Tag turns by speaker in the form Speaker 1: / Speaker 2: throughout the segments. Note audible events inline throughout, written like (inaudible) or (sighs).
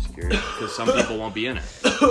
Speaker 1: security because some people won't be in it.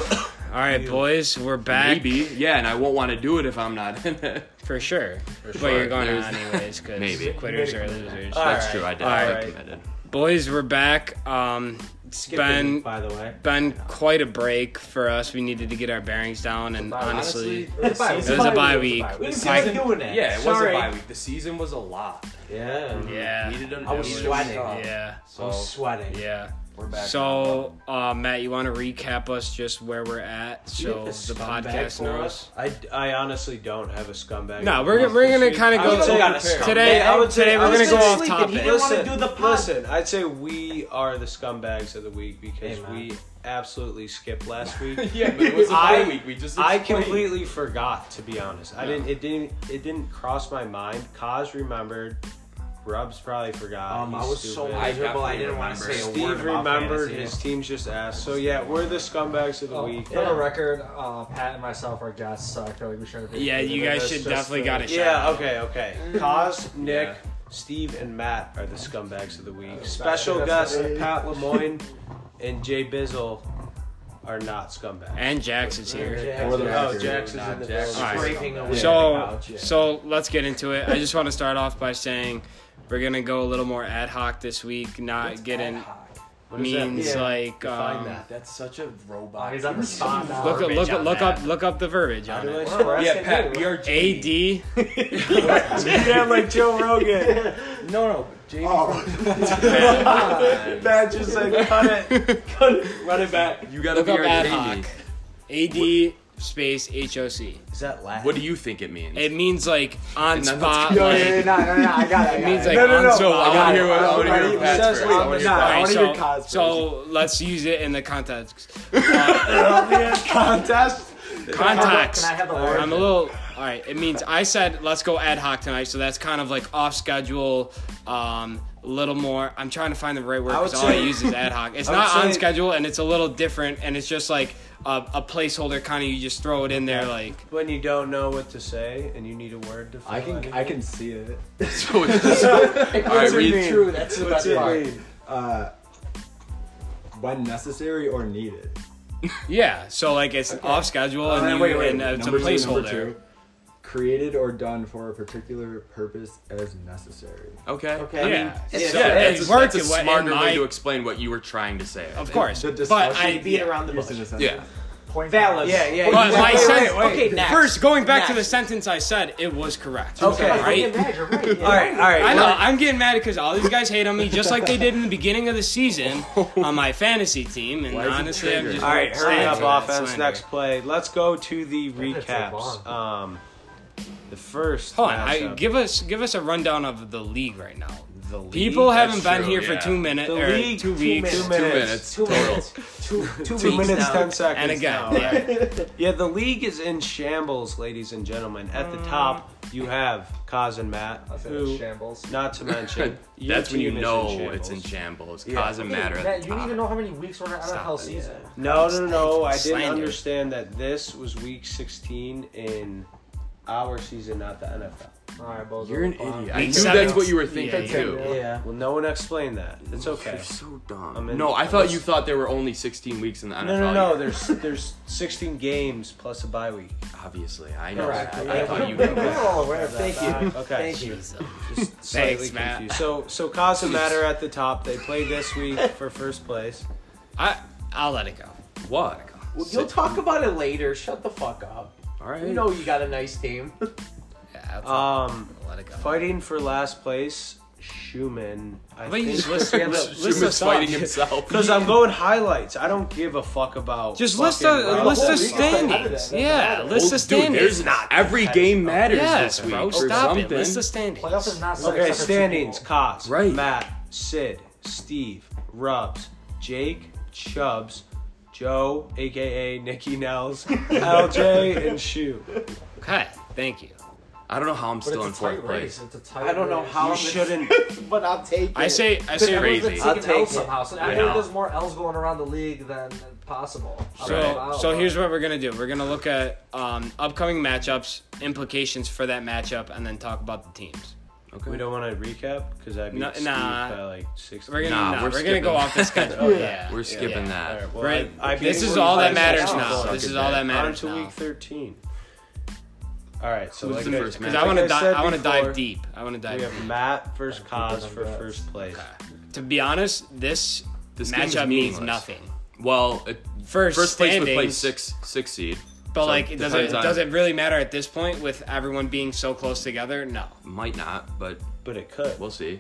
Speaker 2: All right, boys, we're back
Speaker 1: Maybe, yeah, and I won't want to do it if I'm not in it.
Speaker 2: for sure.
Speaker 1: sure.
Speaker 2: But you're going
Speaker 1: There's-
Speaker 2: on anyways (laughs) because
Speaker 1: Maybe.
Speaker 2: quitters are losers.
Speaker 1: (laughs)
Speaker 3: All
Speaker 1: That's
Speaker 3: right.
Speaker 1: true. I did.
Speaker 2: All
Speaker 1: I
Speaker 2: right.
Speaker 1: committed.
Speaker 2: Boys, we're back. Um, it's
Speaker 3: Skip
Speaker 2: been
Speaker 3: it, by the way.
Speaker 2: been quite a break for us. We needed to get our bearings down, and honestly,
Speaker 3: It was a bye week.
Speaker 2: it was a bye week.
Speaker 3: We didn't feel
Speaker 2: Like-
Speaker 3: like doing that.
Speaker 1: yeah, it was a
Speaker 3: Sorry.
Speaker 1: bye week. The season was a lot.
Speaker 3: Yeah.
Speaker 2: yeah,
Speaker 1: Needed an
Speaker 3: I was
Speaker 1: it
Speaker 3: sweating.
Speaker 1: tough.
Speaker 2: yeah,
Speaker 3: I was
Speaker 1: So
Speaker 3: sweating.
Speaker 2: yeah.
Speaker 1: we're back.
Speaker 2: So, uh, Matt, you want to recap us just where we're at, so the
Speaker 3: This scumbag
Speaker 2: podcast
Speaker 3: for
Speaker 2: knows.
Speaker 3: us. I, I honestly don't have a scumbag.
Speaker 2: No, we're we're gonna kind of
Speaker 3: I would
Speaker 2: go
Speaker 3: say
Speaker 2: today.
Speaker 3: I would say
Speaker 2: today
Speaker 3: I
Speaker 2: we're
Speaker 3: was
Speaker 2: gonna go
Speaker 3: gonna
Speaker 2: off
Speaker 3: sleep
Speaker 2: topic.
Speaker 3: He
Speaker 4: didn't wanna
Speaker 3: listen,
Speaker 4: do the pod.
Speaker 3: Listen, I'd say we are the scumbags of the week because
Speaker 4: Amen.
Speaker 3: we absolutely skipped
Speaker 2: (laughs)
Speaker 3: last week.
Speaker 1: yeah, but it was a bye
Speaker 3: I-
Speaker 1: week. We just
Speaker 3: I
Speaker 1: explained.
Speaker 3: completely forgot, to be honest. I didn't. It didn't. It didn't cross my mind. Cause remembered. Rubs probably forgot.
Speaker 4: Um, I
Speaker 3: He's
Speaker 4: was so
Speaker 3: stupid.
Speaker 1: I
Speaker 4: miserable.
Speaker 1: definitely
Speaker 4: I, didn't want to
Speaker 1: remember.
Speaker 4: say a word
Speaker 3: Steve
Speaker 4: about
Speaker 3: remembered.
Speaker 4: fantasy.
Speaker 3: His team's just asked. So yeah, we're the scumbags of the
Speaker 4: Oh,
Speaker 3: week.
Speaker 4: For the record, uh, Pat and myself are guys suck. I feel like we should have. been-
Speaker 2: Yeah, you guys should definitely got to
Speaker 3: Yeah. Okay. Okay.
Speaker 4: Mm-hmm.
Speaker 3: Cause Nick. Steve and Matt are the scumbags of the
Speaker 4: Oh,
Speaker 3: week. Special guest
Speaker 4: (laughs)
Speaker 3: Pat Lemoyne and Jay Bizzle are not scumbags.
Speaker 2: And Jax is here.
Speaker 4: Jax-
Speaker 5: For the
Speaker 4: Jax-
Speaker 3: oh, Jax is
Speaker 1: Not
Speaker 3: in the
Speaker 1: Jax.
Speaker 3: building.
Speaker 2: Alright.
Speaker 4: scraping away. the
Speaker 2: So
Speaker 4: couch, yeah.
Speaker 2: so let's get into it. I just want to start off by saying we're gonna go a little more ad hoc this week. Not getting
Speaker 3: What does that
Speaker 2: means
Speaker 3: mean?
Speaker 2: like
Speaker 3: Define
Speaker 2: um,
Speaker 3: that.
Speaker 1: That's such a
Speaker 4: Oh,
Speaker 1: robot.
Speaker 4: he's on the spot now.
Speaker 2: look
Speaker 1: Verbiage
Speaker 2: look
Speaker 1: on
Speaker 2: look
Speaker 1: that.
Speaker 2: up look up the verbiage on it.
Speaker 1: Yeah, Pat, we are
Speaker 2: A D.
Speaker 3: yeah, like Joe Rogan.
Speaker 1: No, no, Jamie.
Speaker 3: Matt just said, (laughs) cut it, cut it, run it back.
Speaker 1: You gotta
Speaker 2: Look
Speaker 1: be
Speaker 2: up
Speaker 1: our
Speaker 2: ad
Speaker 1: Jamie.
Speaker 2: hoc. A D space H O C.
Speaker 3: Is that Latin?
Speaker 1: What do you think it means?
Speaker 2: It means like on
Speaker 1: And then
Speaker 2: spot.
Speaker 1: let's
Speaker 4: No, no,
Speaker 2: Like,
Speaker 4: no, no, no, no, I got it. I
Speaker 2: it
Speaker 4: got
Speaker 2: means
Speaker 4: it.
Speaker 2: like
Speaker 3: No, no,
Speaker 2: on
Speaker 3: no.
Speaker 2: spot.
Speaker 1: I wanna hear what I
Speaker 4: I
Speaker 1: wanna
Speaker 4: got
Speaker 1: hear
Speaker 4: it.
Speaker 1: what Pat's
Speaker 3: Says
Speaker 1: first. I
Speaker 3: I'm
Speaker 1: wanna hear Pat's.
Speaker 4: not-
Speaker 2: Alright,
Speaker 4: I wanna hear
Speaker 2: so,
Speaker 4: Kyle's
Speaker 2: so let's use it in the context.
Speaker 3: contest?
Speaker 2: Context.
Speaker 4: Can I have the
Speaker 2: I'm a
Speaker 4: word?
Speaker 2: little. All right. It means I said let's go ad hoc tonight, so that's kind of like off schedule. Um, a little more. I'm trying to find the right word
Speaker 3: I would
Speaker 2: because all I
Speaker 3: say-
Speaker 2: use is ad hoc. It's
Speaker 3: I would
Speaker 2: not on
Speaker 3: say-
Speaker 2: schedule, and it's a little different, and it's just like a, a placeholder kind of. You just throw it in there, like
Speaker 3: When you don't know what to say and you need a word to fill
Speaker 5: I
Speaker 3: it.
Speaker 5: can I can see it.
Speaker 1: So it's
Speaker 3: (laughs)
Speaker 1: just-
Speaker 4: It
Speaker 1: Alright,
Speaker 4: wasn't
Speaker 1: read-
Speaker 4: true. That's the
Speaker 5: What's
Speaker 4: best
Speaker 5: it
Speaker 4: part.
Speaker 5: mean? Uh, when necessary or needed.
Speaker 2: yeah. So like it's off schedule, and,
Speaker 5: Uh,
Speaker 2: you, and uh, it's a
Speaker 5: Number two,
Speaker 2: placeholder.
Speaker 5: number two, created or done for a particular purpose as necessary.
Speaker 1: okay.
Speaker 3: Okay.
Speaker 2: yeah.
Speaker 4: it's-
Speaker 2: so
Speaker 1: Yeah,
Speaker 4: yeah,
Speaker 1: that's
Speaker 2: it's
Speaker 1: a, that's
Speaker 2: working.
Speaker 1: a
Speaker 2: what- in
Speaker 1: smarter
Speaker 2: my-
Speaker 1: way to explain what you were trying to say. I
Speaker 2: Of
Speaker 1: think.
Speaker 2: course,
Speaker 5: The
Speaker 2: but
Speaker 5: discussion-
Speaker 2: I
Speaker 4: Beat around the
Speaker 5: Here's the
Speaker 4: bush.
Speaker 5: necessity.
Speaker 1: Yeah.
Speaker 4: Point valid.
Speaker 3: Yeah, yeah,
Speaker 2: But
Speaker 3: yeah.
Speaker 2: my
Speaker 3: Wait,
Speaker 2: sen-
Speaker 3: wait, wait.
Speaker 4: Okay, next.
Speaker 2: First, going back to the
Speaker 4: Next.
Speaker 2: sentence I said, it was correct.
Speaker 3: Okay.
Speaker 2: Right?
Speaker 4: Imagine, right? yeah.
Speaker 3: All right, all right.
Speaker 2: I know. I'm getting mad because all these guys hate on me, just like they did in the beginning of the
Speaker 1: (laughs)
Speaker 2: season on my fantasy team. And
Speaker 1: Why is it
Speaker 2: honestly, I'm
Speaker 1: triggered?
Speaker 2: just
Speaker 3: All right, hurry
Speaker 2: Slander,
Speaker 3: up, offense.
Speaker 2: slander.
Speaker 3: Next play. Let's go to the
Speaker 4: That's so
Speaker 3: recaps. Um, the first.
Speaker 2: Hold on. I,
Speaker 3: matchup.
Speaker 2: give us give us a rundown of the league right now.
Speaker 3: The league.
Speaker 2: People haven't
Speaker 1: that's
Speaker 2: been
Speaker 1: true,
Speaker 2: here
Speaker 1: yeah.
Speaker 2: for two minutes
Speaker 3: The
Speaker 2: or
Speaker 3: league,
Speaker 2: two
Speaker 3: two
Speaker 2: weeks.
Speaker 3: minutes.
Speaker 1: Two minutes.
Speaker 4: Two minutes. Two, two,
Speaker 3: Two
Speaker 4: weeks
Speaker 3: minutes,
Speaker 4: now.
Speaker 3: ten seconds.
Speaker 2: And again,
Speaker 3: now.
Speaker 2: yeah. (laughs)
Speaker 3: yeah, the league is in shambles, ladies and gentlemen. At the top, you have Kaz and Matt,
Speaker 4: I'll say that's
Speaker 3: who,
Speaker 4: shambles.
Speaker 3: not
Speaker 2: (laughs)
Speaker 3: to mention, your
Speaker 1: That's when you
Speaker 3: team is
Speaker 1: know
Speaker 3: in
Speaker 1: it's in
Speaker 3: shambles.
Speaker 1: shambles. Cause and matter
Speaker 4: Matt,
Speaker 1: at the
Speaker 4: you need
Speaker 1: top.
Speaker 4: to know how many weeks we're at NFL
Speaker 2: it.
Speaker 4: season.
Speaker 3: No, no, no, no. I didn't
Speaker 2: Slander.
Speaker 3: understand that this was week 16 in our season, not the NFL.
Speaker 4: All right, Bozo.
Speaker 1: You're an
Speaker 4: Fine.
Speaker 1: idiot. I knew
Speaker 2: Except-
Speaker 1: that's what you were thinking
Speaker 2: Yeah,
Speaker 4: yeah.
Speaker 1: too.
Speaker 4: Yeah.
Speaker 3: Well, no one explained that. It's okay.
Speaker 1: You're so
Speaker 3: I'm
Speaker 1: dumb.
Speaker 3: in-
Speaker 1: No, I
Speaker 3: I'm
Speaker 1: thought
Speaker 3: just-
Speaker 1: you thought there were only 16 weeks in the NFL.
Speaker 3: No, no, no.
Speaker 1: year.
Speaker 3: There's there's 16 games plus a bye week.
Speaker 1: Obviously, I know.
Speaker 4: Correct.
Speaker 1: that.
Speaker 4: Yeah.
Speaker 1: I thought you
Speaker 4: We're
Speaker 1: knew that.
Speaker 4: all aware of that.
Speaker 3: you.
Speaker 5: (laughs)
Speaker 3: Okay.
Speaker 4: Thank you.
Speaker 3: Just slightly
Speaker 2: Thanks, Matt.
Speaker 3: confused. So so Casa Matter at the top. They play
Speaker 2: (laughs)
Speaker 3: this week for first place.
Speaker 2: I I'll let it go.
Speaker 1: What?
Speaker 4: Well, you'll talk about it later. Shut the fuck up.
Speaker 1: All right.
Speaker 4: You know you got a nice team.
Speaker 2: Yeah, I'll
Speaker 3: Um,
Speaker 2: let it go.
Speaker 3: fighting for last place, Schumann. I
Speaker 2: But you
Speaker 3: think-
Speaker 2: just list-
Speaker 3: Yeah,
Speaker 2: list- list-
Speaker 3: look,
Speaker 1: Jim is
Speaker 2: us up.
Speaker 1: fighting himself.
Speaker 3: Because I'm going highlights. I don't give a fuck about.
Speaker 2: Just list
Speaker 3: fucking
Speaker 2: the
Speaker 3: round
Speaker 2: list the
Speaker 3: one.
Speaker 4: Well, we got out of
Speaker 2: standings.
Speaker 4: that.
Speaker 2: Yeah, list the
Speaker 1: Well, Oh, Dude,
Speaker 2: standings.
Speaker 1: there's not. Every game matters
Speaker 2: Yes,
Speaker 1: this week.
Speaker 2: bro.
Speaker 1: or
Speaker 2: Stop it.
Speaker 1: something.
Speaker 2: List the standings.
Speaker 4: Playoffs is not
Speaker 3: Okay,
Speaker 4: except for two
Speaker 3: standings:
Speaker 4: people.
Speaker 3: Cos,
Speaker 1: Right.
Speaker 3: Matt, Sid, Steve, Rubs, Jake, Chubbs, Joe, aka Nikki (laughs) Nels, LJ, and Shu.
Speaker 2: Okay, thank you.
Speaker 1: I don't know how I'm
Speaker 4: But
Speaker 1: still in
Speaker 4: it's a tight
Speaker 1: fourth
Speaker 4: race.
Speaker 1: place.
Speaker 4: It's a tight
Speaker 3: I don't know
Speaker 4: race.
Speaker 3: how you
Speaker 4: You
Speaker 3: shouldn't.
Speaker 4: should- but I'll take it.
Speaker 2: I say I
Speaker 4: Because
Speaker 2: say
Speaker 4: everyone's been
Speaker 2: crazy.
Speaker 3: I'll
Speaker 4: taking
Speaker 3: take
Speaker 4: L's
Speaker 3: it.
Speaker 4: somehow. So I
Speaker 1: Yeah.
Speaker 4: think there's more L's going around the league than possible. I'm
Speaker 2: So,
Speaker 4: not
Speaker 2: so
Speaker 4: allowed.
Speaker 2: here's what we're gonna do. We're gonna look at um, upcoming matchups, implications for that matchup, and then talk about the teams.
Speaker 1: Okay.
Speaker 3: We don't want to recap because I'd be
Speaker 2: No-
Speaker 3: Steve
Speaker 2: nah.
Speaker 3: by like six.
Speaker 2: We're gonna
Speaker 1: Nah,
Speaker 2: nah,
Speaker 1: we're
Speaker 2: we're, gonna
Speaker 1: skipping.
Speaker 2: go
Speaker 1: (laughs)
Speaker 2: off the schedule. yeah.
Speaker 1: We're
Speaker 2: yeah,
Speaker 1: skipping
Speaker 2: yeah.
Speaker 1: that.
Speaker 2: Right.
Speaker 3: I, I
Speaker 2: This
Speaker 3: beat
Speaker 2: is
Speaker 3: you
Speaker 2: all that
Speaker 3: by
Speaker 2: matters
Speaker 3: six.
Speaker 2: now.
Speaker 1: Suck
Speaker 2: This
Speaker 1: it,
Speaker 2: is all that
Speaker 1: Dad.
Speaker 2: matters
Speaker 3: on to
Speaker 2: now.
Speaker 3: week thirteen. All right, so
Speaker 1: Who's
Speaker 3: like
Speaker 1: the first
Speaker 2: Because
Speaker 1: match?
Speaker 2: I want to
Speaker 3: like
Speaker 2: dive.
Speaker 3: said
Speaker 2: I want to dive
Speaker 3: before,
Speaker 2: deep. I want to dive.
Speaker 3: We
Speaker 2: deep.
Speaker 3: have Matt versus Cos for
Speaker 4: congrats.
Speaker 3: first place.
Speaker 2: To be honest, this,
Speaker 1: This game is
Speaker 2: matchup means
Speaker 1: meaningless.
Speaker 2: nothing.
Speaker 1: Well, it,
Speaker 2: First,
Speaker 1: first place would play
Speaker 2: standings,
Speaker 1: six six seed.
Speaker 2: But
Speaker 1: So
Speaker 2: like, it doesn't. It
Speaker 1: depends on-
Speaker 2: doesn't really matter at this point with everyone being so close together. No.
Speaker 1: Might not, but
Speaker 3: But it could.
Speaker 1: we'll see.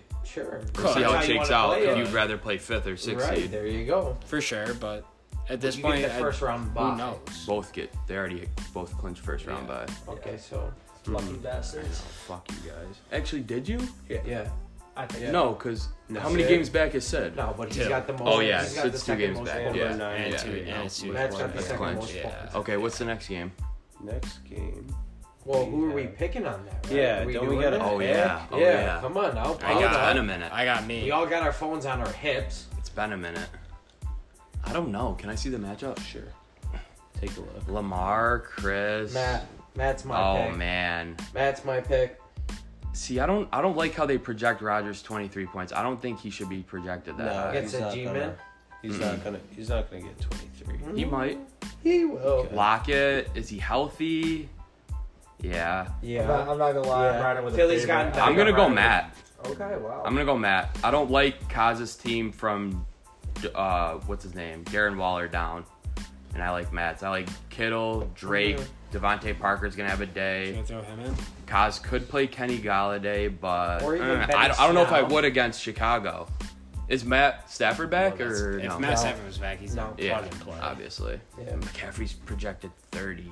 Speaker 1: We'll
Speaker 5: Sure.
Speaker 1: see
Speaker 2: That's
Speaker 1: how
Speaker 2: how
Speaker 1: it
Speaker 5: you
Speaker 1: shakes
Speaker 5: wanna
Speaker 1: out.
Speaker 5: play
Speaker 1: If
Speaker 5: it.
Speaker 1: you'd rather play fifth or sixth
Speaker 5: Right,
Speaker 1: seed,
Speaker 5: there you go.
Speaker 2: for sure. But at this
Speaker 5: you
Speaker 2: point,
Speaker 5: get the
Speaker 2: I-
Speaker 5: first round bye.
Speaker 2: who knows?
Speaker 1: both get. They already both clinch first round by.
Speaker 5: Okay, so
Speaker 4: Lucky bastards.
Speaker 1: Fuck you guys. Actually, did you?
Speaker 5: yeah.
Speaker 4: I think.
Speaker 1: No, because how many
Speaker 3: Yeah.
Speaker 1: games back is said?
Speaker 5: No, but he's
Speaker 2: Two.
Speaker 5: got the most.
Speaker 1: Oh yeah,
Speaker 5: he's
Speaker 1: so
Speaker 5: got the
Speaker 1: it's two
Speaker 5: second
Speaker 1: games
Speaker 5: most
Speaker 1: back.
Speaker 5: points.
Speaker 1: Yeah,
Speaker 3: nine.
Speaker 1: yeah,
Speaker 2: And two-
Speaker 1: yeah,
Speaker 2: and
Speaker 1: with
Speaker 2: two.
Speaker 1: one.
Speaker 5: Matt's got the
Speaker 1: That's
Speaker 5: second
Speaker 1: clinch.
Speaker 5: most
Speaker 2: Yeah.
Speaker 5: points.
Speaker 1: Okay, what's the next game?
Speaker 3: Next game.
Speaker 5: Well, who are we picking on that? Right?
Speaker 3: Yeah,
Speaker 5: Are we
Speaker 3: don't we
Speaker 5: doing
Speaker 3: gotta-
Speaker 5: it?
Speaker 1: Oh
Speaker 3: Yeah.
Speaker 1: yeah, oh
Speaker 5: yeah,
Speaker 1: yeah.
Speaker 5: Come on
Speaker 1: I
Speaker 5: now. pile it
Speaker 1: got
Speaker 5: up.
Speaker 1: been a minute.
Speaker 2: I got me.
Speaker 5: We all got our phones on our hips.
Speaker 1: It's been a minute. I don't know. Can I see the matchup? Sure.
Speaker 3: Take a look.
Speaker 1: Lamar, Chris.
Speaker 5: Matt, Matt's my
Speaker 1: Oh
Speaker 5: pick.
Speaker 1: man.
Speaker 5: Matt's my pick.
Speaker 1: See, I don't I don't like how they project Rogers 23 points. I don't think he should be projected that.
Speaker 3: No,
Speaker 1: high.
Speaker 5: Gets
Speaker 3: he's
Speaker 5: a
Speaker 3: not
Speaker 5: G-man.
Speaker 3: gonna- He's not gonna. He's not gonna get twenty three.
Speaker 1: He might.
Speaker 5: He will.
Speaker 1: Lockett, is he healthy? Yeah.
Speaker 4: I'm not, I'm not gonna lie.
Speaker 5: Yeah.
Speaker 4: I'm riding with
Speaker 5: Philly's
Speaker 4: a
Speaker 5: gotten
Speaker 4: favorite.
Speaker 5: I
Speaker 1: I'm
Speaker 5: got
Speaker 1: gonna go
Speaker 5: Rodgers.
Speaker 1: Matt.
Speaker 4: Okay, wow.
Speaker 1: I'm gonna go Matt. I don't like Kaz's team from uh what's his name? Darren Waller down. And I like Matt's. I like Kittle, Drake, Devontae Parker's gonna have a day.
Speaker 2: Gonna throw him in.
Speaker 1: Kaz could play Kenny Galladay, but
Speaker 5: Or even
Speaker 1: uh,
Speaker 5: Benny
Speaker 1: I, I don't know if I
Speaker 5: Snell.
Speaker 1: would against Chicago. Is Matt Stafford back
Speaker 2: Well, that's-
Speaker 1: or
Speaker 2: if
Speaker 1: no?
Speaker 2: Matt
Speaker 5: No.
Speaker 2: Stafford was back, he's
Speaker 5: No.
Speaker 2: not
Speaker 1: yeah, Uh,
Speaker 2: plug and play.
Speaker 1: obviously.
Speaker 5: Yeah.
Speaker 1: McCaffrey's projected 30.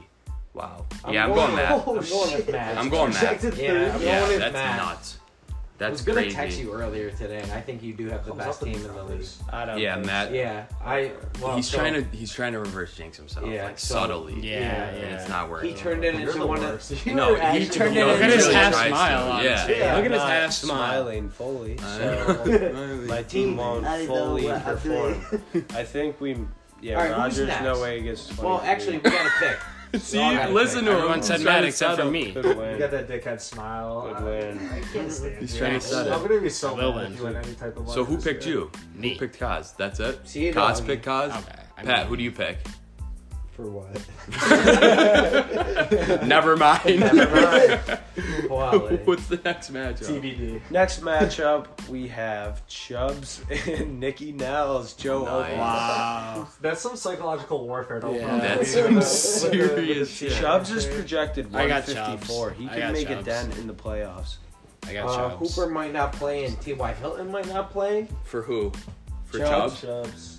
Speaker 1: Wow. yeah, I'm going
Speaker 5: with-
Speaker 1: Matt.
Speaker 5: I'm going with Matt.
Speaker 1: I'm going Matt.
Speaker 4: Projected
Speaker 5: Yeah, I'm
Speaker 4: third.
Speaker 5: going
Speaker 1: (laughs) Yeah,
Speaker 5: with
Speaker 1: that's
Speaker 5: Matt.
Speaker 1: nuts.
Speaker 5: I
Speaker 1: That's
Speaker 5: was gonna
Speaker 1: crazy.
Speaker 5: text you earlier today, and I think you do have the
Speaker 4: Comes
Speaker 5: best
Speaker 4: up with
Speaker 5: team in the league.
Speaker 4: numbers.
Speaker 3: I don't.
Speaker 1: Yeah,
Speaker 3: think
Speaker 1: Matt.
Speaker 5: Yeah, I. Well,
Speaker 1: he's
Speaker 5: so
Speaker 1: trying to he's trying to reverse jinx himself
Speaker 5: Yeah,
Speaker 1: like
Speaker 5: so-
Speaker 1: subtly.
Speaker 2: Yeah,
Speaker 5: Yeah,
Speaker 2: yeah.
Speaker 1: And it's not working. (laughs)
Speaker 5: He turned (laughs) it into one of.
Speaker 1: No, he
Speaker 5: turned
Speaker 1: no, he
Speaker 5: it
Speaker 2: Look at his
Speaker 1: really
Speaker 2: half
Speaker 1: tries to.
Speaker 2: smile on
Speaker 1: Yeah.
Speaker 2: his face.
Speaker 5: Yeah.
Speaker 2: Look at
Speaker 3: I'm
Speaker 2: his
Speaker 3: not
Speaker 2: half smile.
Speaker 3: smiling fully.
Speaker 1: (laughs)
Speaker 3: So
Speaker 1: So-
Speaker 3: my team won't
Speaker 6: I know
Speaker 3: fully
Speaker 6: what I'm
Speaker 3: perform. (laughs) I think we. Yeah,
Speaker 5: All right, who's
Speaker 3: Rogers
Speaker 5: next?
Speaker 3: no way gets. 23.
Speaker 5: Well, actually, we got to pick.
Speaker 1: (laughs) See,
Speaker 5: all right.
Speaker 1: listen to him.
Speaker 2: Everyone
Speaker 1: He's
Speaker 2: said
Speaker 1: trying
Speaker 2: Matt
Speaker 1: to
Speaker 2: except for
Speaker 1: settle.
Speaker 2: me.
Speaker 3: could
Speaker 4: You
Speaker 3: win.
Speaker 4: got that dickhead smile.
Speaker 3: Could
Speaker 4: I-
Speaker 3: win.
Speaker 4: I can't stand
Speaker 1: He's
Speaker 4: you.
Speaker 1: trying to set it.
Speaker 4: I'm gonna be
Speaker 2: I
Speaker 4: so
Speaker 2: will
Speaker 4: mad
Speaker 2: win.
Speaker 4: if you win any type of
Speaker 1: So who
Speaker 4: money
Speaker 1: picked
Speaker 4: this year.
Speaker 1: you?
Speaker 2: Me.
Speaker 1: Who picked Kaz? That's it.
Speaker 5: See, you
Speaker 1: Kaz
Speaker 5: know,
Speaker 1: picked Kaz.
Speaker 2: Okay, I
Speaker 1: Pat,
Speaker 2: mean-
Speaker 1: who do you pick?
Speaker 5: For what?
Speaker 1: Never mind.
Speaker 5: Quality.
Speaker 1: (laughs) What's the next matchup?
Speaker 4: TBD.
Speaker 3: Next matchup, we have Chubbs (laughs) and Nikki Nels. Joe
Speaker 1: Nice.
Speaker 3: Oakley.
Speaker 2: Wow.
Speaker 4: That's some psychological warfare. To
Speaker 2: Yeah.
Speaker 4: open up.
Speaker 1: That's
Speaker 4: With
Speaker 1: some
Speaker 4: the-
Speaker 1: serious shit.
Speaker 3: (laughs) Chubbs is projected
Speaker 2: I got
Speaker 3: 154.
Speaker 2: Chubbs.
Speaker 3: He
Speaker 2: I
Speaker 3: can
Speaker 2: got
Speaker 3: make a
Speaker 2: Chubbs.
Speaker 3: dent in the playoffs.
Speaker 2: I got
Speaker 5: Uh,
Speaker 2: Chubbs.
Speaker 5: Hooper might not play, and T.Y. Hilton might not play.
Speaker 1: For who? For Chubbs?
Speaker 5: Chubbs?
Speaker 3: Chubbs.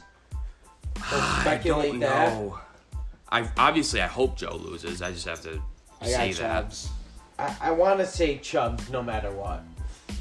Speaker 5: Let's
Speaker 1: I don't
Speaker 5: speculate that.
Speaker 1: know. I obviously I hope Joe loses. I just have to
Speaker 2: I got
Speaker 1: say that.
Speaker 2: Chubbs.
Speaker 5: I, I want to say Chubbs no matter what.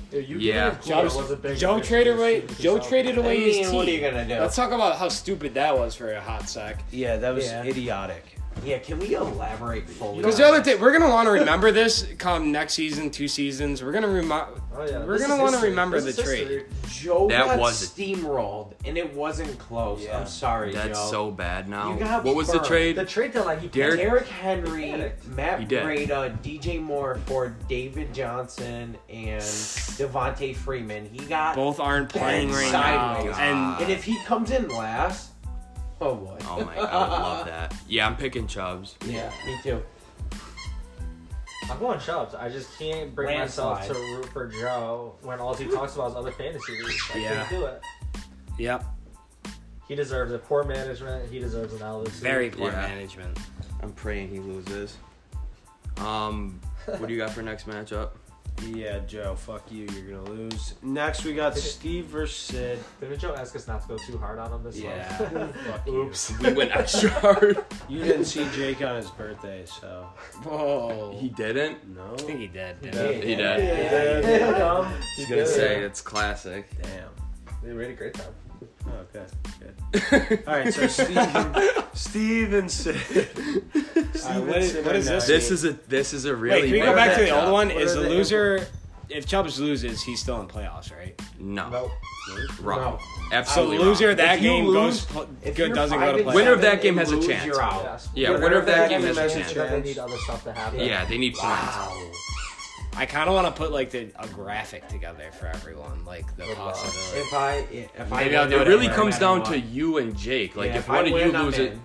Speaker 4: Dude, you
Speaker 1: Yeah.
Speaker 4: gave Cooper
Speaker 2: Chubbs-
Speaker 4: was a big
Speaker 2: Joe
Speaker 4: addition
Speaker 2: traded
Speaker 4: to this
Speaker 2: away.
Speaker 4: team for
Speaker 2: Joe
Speaker 4: Chubbs.
Speaker 2: traded
Speaker 5: I
Speaker 2: away his
Speaker 5: mean, what are you
Speaker 2: team.
Speaker 5: gonna do?
Speaker 2: Let's talk about how stupid that was for a hot sec.
Speaker 3: Yeah, that was
Speaker 5: Yeah.
Speaker 3: idiotic.
Speaker 5: Yeah, can we elaborate fully?
Speaker 2: Because the
Speaker 5: on
Speaker 2: other thing, we're gonna want to remember this come next season, two seasons. We're gonna remember.
Speaker 4: Oh, yeah.
Speaker 2: We're
Speaker 4: This
Speaker 2: gonna
Speaker 4: is
Speaker 2: want to
Speaker 4: history.
Speaker 2: remember
Speaker 4: This
Speaker 2: the
Speaker 4: is
Speaker 2: trade.
Speaker 4: history.
Speaker 5: that? Joe
Speaker 1: That
Speaker 5: got
Speaker 1: was-
Speaker 5: steamrolled, and it wasn't close.
Speaker 3: Yeah.
Speaker 5: I'm sorry,
Speaker 1: That's
Speaker 5: Joe.
Speaker 1: so bad now.
Speaker 5: You got
Speaker 1: What was the
Speaker 5: burned.
Speaker 1: trade?
Speaker 4: The trade deadline, he
Speaker 1: Derek-
Speaker 5: Derrick Henry,
Speaker 4: Panicked.
Speaker 5: Matt
Speaker 1: He did.
Speaker 5: Breda, DJ Moore for David Johnson and Devontae Freeman. He got,
Speaker 2: Both aren't playing
Speaker 5: Ben
Speaker 2: right
Speaker 5: sideways.
Speaker 2: now,
Speaker 1: God.
Speaker 5: and if he comes in last, oh boy.
Speaker 1: Oh my god, I would love that. Yeah, I'm picking Chubbs.
Speaker 5: Yeah, me too.
Speaker 4: I'm going Chubbs. I just can't bring myself to
Speaker 5: Landslide.
Speaker 4: root for Joe when all he talks about is other fantasy leagues. I
Speaker 2: Yeah.
Speaker 4: can't do it.
Speaker 2: and yep,
Speaker 4: He deserves it. Poor management. He deserves an L this year.
Speaker 2: very poor
Speaker 1: Yeah.
Speaker 2: management.
Speaker 1: I'm praying he loses. Um, what do you got for next matchup?
Speaker 3: Yeah, Joe, fuck you. You're gonna lose. Next, we got Steve versus Sid.
Speaker 4: Didn't Joe ask us not to go too hard on him this
Speaker 3: Yeah.
Speaker 4: month?
Speaker 3: fuck you.
Speaker 4: Oops.
Speaker 1: (laughs) We went extra hard.
Speaker 3: You didn't see Jake on his birthday, so
Speaker 2: Whoa.
Speaker 1: He didn't.
Speaker 3: no.
Speaker 2: I think he did. didn't
Speaker 4: Yeah.
Speaker 2: he?
Speaker 1: He did.
Speaker 4: Yeah,
Speaker 3: Yeah.
Speaker 4: dumb.
Speaker 1: He's gonna say it's classic.
Speaker 3: Damn.
Speaker 4: They made a great time.
Speaker 3: Oh, good. Good. All right, so Steve, Steve and Sid.
Speaker 2: Uh, what is- what is this?
Speaker 1: This is a this is a really.
Speaker 2: Wait, can we
Speaker 1: bad
Speaker 2: go back to the
Speaker 1: matchup.
Speaker 2: old one? Is the
Speaker 3: are the-
Speaker 2: loser? If Chubbs loses, he's still in playoffs, right?
Speaker 1: No.
Speaker 5: No.
Speaker 1: Wrong.
Speaker 2: So
Speaker 1: Absolutely.
Speaker 2: loser
Speaker 1: wrong.
Speaker 2: of that
Speaker 5: If you
Speaker 2: game
Speaker 5: lose-
Speaker 2: goes
Speaker 5: If
Speaker 2: good
Speaker 5: you're
Speaker 2: doesn't
Speaker 5: five
Speaker 2: go to
Speaker 5: and
Speaker 2: play.
Speaker 1: Winner of
Speaker 5: seven
Speaker 1: that game
Speaker 5: and
Speaker 1: has a
Speaker 5: lose,
Speaker 1: chance.
Speaker 5: You're out.
Speaker 4: Yes.
Speaker 1: Yeah,
Speaker 4: But
Speaker 1: winner of that
Speaker 4: they
Speaker 1: game has a
Speaker 4: mentioned
Speaker 1: chance.
Speaker 4: that They need other stuff to happen.
Speaker 1: Yeah, they need points.
Speaker 5: Wow.
Speaker 2: I kind of want to put like the, a graphic together for everyone, like the possibility.
Speaker 5: If I, if I
Speaker 1: Maybe
Speaker 5: win,
Speaker 1: I'll do
Speaker 5: no
Speaker 1: it really
Speaker 5: matter
Speaker 1: comes
Speaker 5: what.
Speaker 1: down to you and Jake. Like
Speaker 5: Yeah,
Speaker 1: if
Speaker 5: I
Speaker 1: one of you
Speaker 5: win, I'm
Speaker 1: loses,
Speaker 5: in.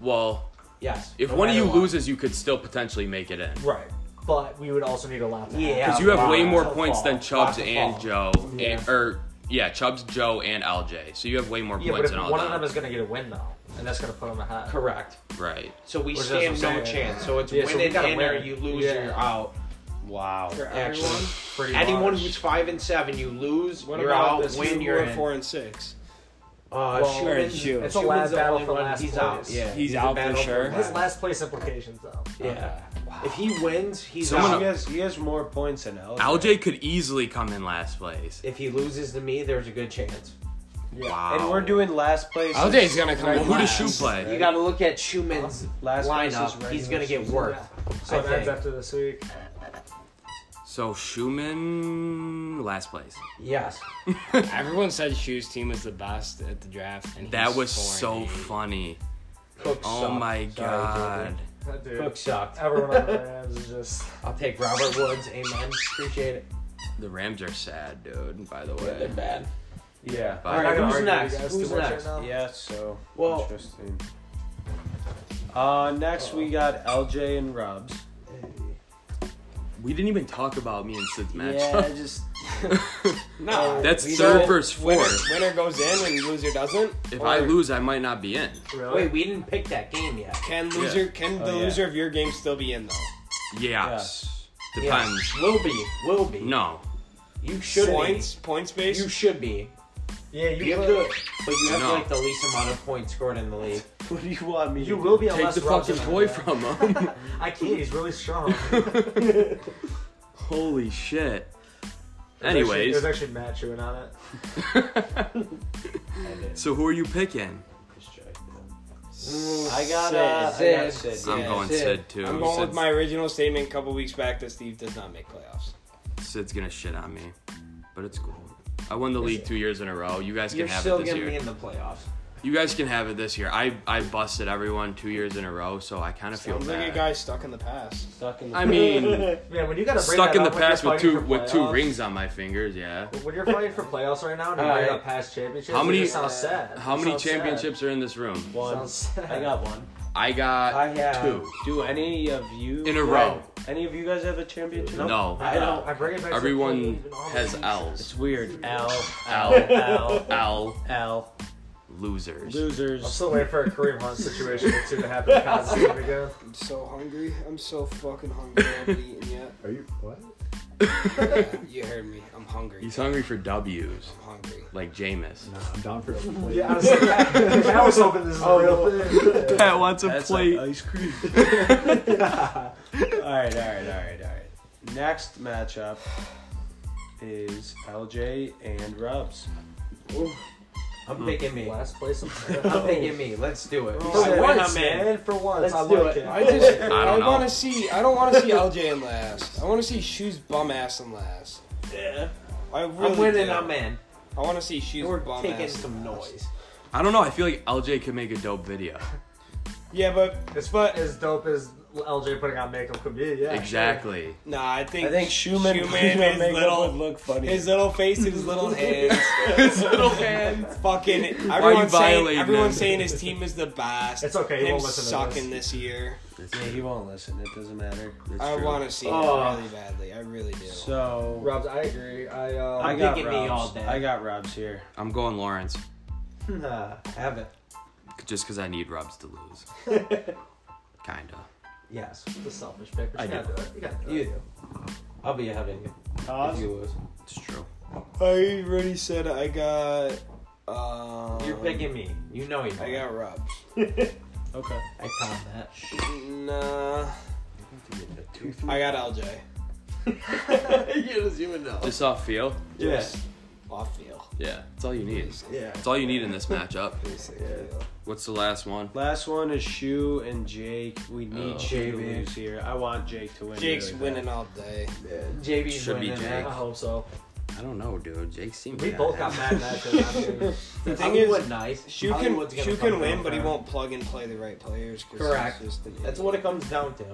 Speaker 1: well,
Speaker 5: yes.
Speaker 1: if
Speaker 5: no
Speaker 1: one of
Speaker 5: matter
Speaker 1: you
Speaker 5: what.
Speaker 1: loses, you could still potentially make it in.
Speaker 4: Right. But we would also need a laptop.
Speaker 5: Yeah.
Speaker 1: Because you have way
Speaker 5: Lots
Speaker 1: more
Speaker 4: of
Speaker 1: points
Speaker 4: fall.
Speaker 1: than Chubbs
Speaker 5: Lots of
Speaker 1: and
Speaker 5: fall.
Speaker 1: Joe,
Speaker 4: Yeah.
Speaker 1: and- or yeah, Chubbs, Joe, and LJ. So you have way more
Speaker 4: Yeah, but
Speaker 1: points
Speaker 4: if
Speaker 1: than
Speaker 4: one
Speaker 1: all
Speaker 4: of
Speaker 1: them.
Speaker 4: them is gonna get a win though, and that's gonna put them ahead.
Speaker 5: correct,
Speaker 1: right.
Speaker 5: so we
Speaker 4: Which
Speaker 5: stand
Speaker 4: doesn't
Speaker 5: no
Speaker 4: say-
Speaker 5: chance. So it's
Speaker 4: Yeah, so
Speaker 5: win
Speaker 4: we
Speaker 5: it
Speaker 4: gotta
Speaker 5: in
Speaker 4: win
Speaker 5: or
Speaker 4: it.
Speaker 5: you lose
Speaker 4: Yeah.
Speaker 5: or you're out.
Speaker 3: Wow.
Speaker 2: For
Speaker 5: Actually,
Speaker 2: everyone?
Speaker 4: Pretty
Speaker 5: Anyone
Speaker 4: much.
Speaker 5: who's five and seven, you lose.
Speaker 2: What
Speaker 5: you're
Speaker 2: about
Speaker 5: out.
Speaker 2: this?
Speaker 5: Win,
Speaker 2: who
Speaker 5: you're
Speaker 2: are
Speaker 5: in.
Speaker 2: four and six.
Speaker 5: Uh,
Speaker 4: Well,
Speaker 5: Schumann's-
Speaker 2: Schumann's
Speaker 4: It's a last
Speaker 5: the
Speaker 4: battle
Speaker 5: only
Speaker 4: for
Speaker 5: one-
Speaker 4: last
Speaker 5: He's
Speaker 4: place.
Speaker 5: out. Yeah,
Speaker 2: He's
Speaker 5: a
Speaker 2: out for
Speaker 5: battle
Speaker 2: sure.
Speaker 4: His last place implications though.
Speaker 5: Yeah. If he wins, he's
Speaker 3: So
Speaker 1: Someone-
Speaker 5: out.
Speaker 3: he has he has more points than LJ.
Speaker 1: LJ could easily come in last place.
Speaker 5: If he loses to me, there's a good chance.
Speaker 1: Wow.
Speaker 3: And we're doing last place.
Speaker 2: LJ's gonna come.
Speaker 1: Well,
Speaker 2: in
Speaker 1: who does
Speaker 2: last.
Speaker 1: Shoe play?
Speaker 5: You got to look at Schumann's
Speaker 3: Last place is
Speaker 5: lineup. He's
Speaker 3: regular
Speaker 5: going to get
Speaker 3: season.
Speaker 5: worth.
Speaker 4: So
Speaker 5: I
Speaker 4: it ends
Speaker 5: think.
Speaker 4: after this week.
Speaker 1: So Schumann last place.
Speaker 5: Yes.
Speaker 2: Everyone said Shoe's team was the best at the draft, and
Speaker 1: That
Speaker 2: he's
Speaker 1: was
Speaker 2: four
Speaker 1: so
Speaker 2: and eight.
Speaker 1: funny.
Speaker 5: Cook
Speaker 1: Oh
Speaker 5: sucked.
Speaker 1: my
Speaker 5: Sorry,
Speaker 1: god.
Speaker 5: Jordan.
Speaker 4: That uh, dude.
Speaker 5: Cook sucked.
Speaker 1: (laughs)
Speaker 4: Everyone on the Rams is just.
Speaker 5: I'll take Robert Woods. Amen. Appreciate it.
Speaker 1: The Rams are sad, dude, by the
Speaker 5: Yeah, they're
Speaker 1: way.
Speaker 5: bad.
Speaker 3: Yeah.
Speaker 1: But-
Speaker 5: All right,
Speaker 4: I'm not
Speaker 5: who's
Speaker 4: gonna argue with you
Speaker 5: next?
Speaker 4: guys too
Speaker 5: Who's
Speaker 4: much
Speaker 5: next?
Speaker 4: Right now.
Speaker 3: Yeah. So
Speaker 5: Well-
Speaker 3: interesting. Uh, next we got LJ and Robs.
Speaker 1: We didn't even talk about me and Sid's
Speaker 3: Yeah,
Speaker 1: matchup.
Speaker 3: just
Speaker 2: No,
Speaker 1: (laughs) That's
Speaker 2: we
Speaker 1: third
Speaker 2: don't-
Speaker 1: versus
Speaker 2: Winner,
Speaker 1: fourth.
Speaker 2: winner goes in, and loser doesn't.
Speaker 1: If I
Speaker 2: Or
Speaker 1: lose, I might not be in.
Speaker 4: Really?
Speaker 5: Wait, we didn't pick that game yet.
Speaker 2: can loser can the
Speaker 3: Oh, yeah.
Speaker 2: loser of your game still be in though?
Speaker 1: Yes.
Speaker 5: Yeah.
Speaker 1: Depends.
Speaker 5: Will be. Will be.
Speaker 1: No.
Speaker 5: You should
Speaker 2: points points
Speaker 5: be.
Speaker 2: based.
Speaker 5: You should be.
Speaker 4: yeah, you,
Speaker 5: You have
Speaker 4: will,
Speaker 5: to, but you have
Speaker 1: No.
Speaker 5: like the least amount of points scored in the league.
Speaker 3: what do you want me?
Speaker 4: you
Speaker 3: to
Speaker 4: will
Speaker 3: do?
Speaker 4: be a
Speaker 1: Take
Speaker 4: less
Speaker 1: the fucking
Speaker 4: relevant
Speaker 1: toy
Speaker 4: man.
Speaker 1: from him. (laughs)
Speaker 4: I can't. He's really strong.
Speaker 1: Holy shit.
Speaker 4: it was
Speaker 1: (laughs) Anyways,
Speaker 4: actually Matt chewing on it.
Speaker 1: so who are you picking?
Speaker 3: I got
Speaker 5: Sid,
Speaker 3: uh, I got
Speaker 5: Sid.
Speaker 3: Sid.
Speaker 1: I'm
Speaker 2: Yeah,
Speaker 1: going
Speaker 5: Sid.
Speaker 1: Sid too.
Speaker 2: I'm going with
Speaker 1: Sid's-
Speaker 2: my original statement a couple weeks back that Steve does not make playoffs.
Speaker 1: Sid's gonna shit on me, but it's cool. I won the league two years in a row. You guys can
Speaker 5: You're
Speaker 1: have
Speaker 5: still
Speaker 1: it this
Speaker 5: gonna
Speaker 1: year.
Speaker 5: be in the playoffs.
Speaker 1: You guys can have it this year. I I busted everyone two years in a row, so I kind of feel
Speaker 2: Sounds like a
Speaker 1: bad.
Speaker 2: guy stuck in the past.
Speaker 3: Stuck in the
Speaker 1: I
Speaker 3: (laughs)
Speaker 1: mean,
Speaker 4: Man, when you got to bring
Speaker 1: stuck
Speaker 4: that
Speaker 1: in the
Speaker 4: up when you're
Speaker 1: past with
Speaker 4: fighting
Speaker 1: two
Speaker 4: for
Speaker 1: with two
Speaker 4: playoffs-
Speaker 1: rings on my fingers. Yeah.
Speaker 4: When you're fighting for playoffs right now and you're
Speaker 5: All
Speaker 4: bringing
Speaker 5: right.
Speaker 4: up past championships,
Speaker 1: How many-
Speaker 4: You just sound sad.
Speaker 1: How
Speaker 4: You
Speaker 1: many
Speaker 4: sound sad.
Speaker 1: championships are in this room?
Speaker 4: You
Speaker 3: one.
Speaker 4: sound sad.
Speaker 3: I got one.
Speaker 1: I got
Speaker 5: I have-
Speaker 1: two
Speaker 3: Do any of you
Speaker 1: in a row.
Speaker 3: Any of you guys have a championship?
Speaker 1: No,
Speaker 4: I know. I bring it back. to the team,
Speaker 1: everyone
Speaker 4: even all the
Speaker 1: has
Speaker 4: teams.
Speaker 1: L's.
Speaker 3: It's weird. L
Speaker 1: L.
Speaker 3: L
Speaker 1: L
Speaker 3: L
Speaker 1: losers.
Speaker 3: losers.
Speaker 4: I'm still waiting for a Kareem Hunt situation or two to happen to Kansas City again.
Speaker 2: I'm so hungry. I'm so fucking hungry. I haven't eaten
Speaker 7: (laughs)
Speaker 2: yet.
Speaker 6: Are you what?
Speaker 2: you heard me. I'm hungry.
Speaker 1: He's hungry for W's,
Speaker 2: I'm hungry.
Speaker 1: like Jameis.
Speaker 4: (laughs)
Speaker 6: No, I'm down for a plate.
Speaker 4: Yeah, I was, I was hoping this is a real thing.
Speaker 1: Pat wants a
Speaker 3: That's
Speaker 1: plate.
Speaker 3: like ice (laughs) cream. all right, all right, all right, all right. Next matchup is LJ and Rubs.
Speaker 5: I'm
Speaker 1: Hmm.
Speaker 5: picking me.
Speaker 4: Last place.
Speaker 5: I'm picking me. Let's do it.
Speaker 3: Oh,
Speaker 4: (laughs) For
Speaker 3: wait,
Speaker 4: once,
Speaker 3: I'm in.
Speaker 4: man. For once,
Speaker 5: Let's
Speaker 4: I
Speaker 5: do
Speaker 4: like
Speaker 5: it.
Speaker 4: it.
Speaker 2: I just.
Speaker 1: don't
Speaker 2: I,
Speaker 1: know.
Speaker 2: want to see. I don't want to see LJ in last. I want to see Shoes bum ass in last.
Speaker 5: Yeah.
Speaker 2: I really
Speaker 5: I'm winning.
Speaker 2: do.
Speaker 5: I'm in.
Speaker 2: I want to see Shoes
Speaker 5: We're
Speaker 2: bum
Speaker 5: taking
Speaker 2: ass.
Speaker 5: some
Speaker 2: in last.
Speaker 5: noise. (laughs)
Speaker 1: I don't know. I feel like LJ could make a dope
Speaker 4: (laughs)
Speaker 1: video.
Speaker 2: Yeah, but
Speaker 4: It's
Speaker 2: but
Speaker 4: as dope as LJ putting on makeup could be. Yeah.
Speaker 1: Exactly.
Speaker 2: nah. I think
Speaker 3: I think Schumann, (laughs)
Speaker 2: Schumann
Speaker 3: Schumann
Speaker 2: his
Speaker 3: makeup would
Speaker 2: little
Speaker 3: look (laughs) funny.
Speaker 2: his little face and his little hands.
Speaker 1: His little hands.
Speaker 2: Fucking everyone saying
Speaker 1: violating
Speaker 2: everyone
Speaker 1: him?
Speaker 2: saying his team is the best.
Speaker 4: It's okay, he
Speaker 2: Him
Speaker 4: won't listen to
Speaker 2: sucking this year.
Speaker 3: yeah, he won't listen. It doesn't matter.
Speaker 2: I want to see
Speaker 5: Oh.
Speaker 2: it really badly. I really do.
Speaker 3: So
Speaker 4: Robs, I agree. I um,
Speaker 3: I
Speaker 5: I'm
Speaker 3: got
Speaker 5: picking me
Speaker 3: Robs.
Speaker 5: all day.
Speaker 3: I got Robs here.
Speaker 1: I'm going Lawrence
Speaker 5: Nah, have it.
Speaker 1: just because I need Rubs to
Speaker 4: (laughs)
Speaker 1: lose. Kinda.
Speaker 5: Yes.
Speaker 4: the selfish pick.
Speaker 1: I
Speaker 4: You gotta
Speaker 1: do.
Speaker 4: do it. You gotta do
Speaker 5: You
Speaker 4: it.
Speaker 5: do. I'll be having you. If you lose.
Speaker 1: It's true.
Speaker 2: I already said I got. Um,
Speaker 5: You're picking me. You know you.
Speaker 2: I got rubs.
Speaker 3: Okay.
Speaker 5: I caught that.
Speaker 2: Nah. Mm, uh, I got LJ.
Speaker 5: you just even know.
Speaker 1: Just off feel.
Speaker 2: Yes. Off field.
Speaker 1: Yeah. It's all you need.
Speaker 5: Yeah.
Speaker 1: It's all you need in this matchup.
Speaker 2: Basic field.
Speaker 1: What's the last one?
Speaker 3: Last one is Shu and Jake. We need
Speaker 1: Oh.
Speaker 3: Shu to
Speaker 5: JB.
Speaker 3: lose here. I want Jake to win.
Speaker 2: Jake's
Speaker 3: really bad.
Speaker 2: winning all day.
Speaker 5: JB's
Speaker 1: Should be
Speaker 5: winning.
Speaker 1: Jake.
Speaker 5: man.
Speaker 4: I hope so.
Speaker 1: I don't know, dude. Jake seems.
Speaker 4: We both got mad matches.
Speaker 2: The thing
Speaker 5: Hollywood
Speaker 2: is,
Speaker 5: nice.
Speaker 2: Shu can,
Speaker 5: Hollywood's gonna
Speaker 2: Shu
Speaker 5: come
Speaker 2: can win,
Speaker 5: down
Speaker 2: but he
Speaker 5: there.
Speaker 2: won't plug and play the right players. 'cause he's
Speaker 5: Correct.
Speaker 2: just an
Speaker 5: That's
Speaker 2: idiot.
Speaker 5: what it comes down to.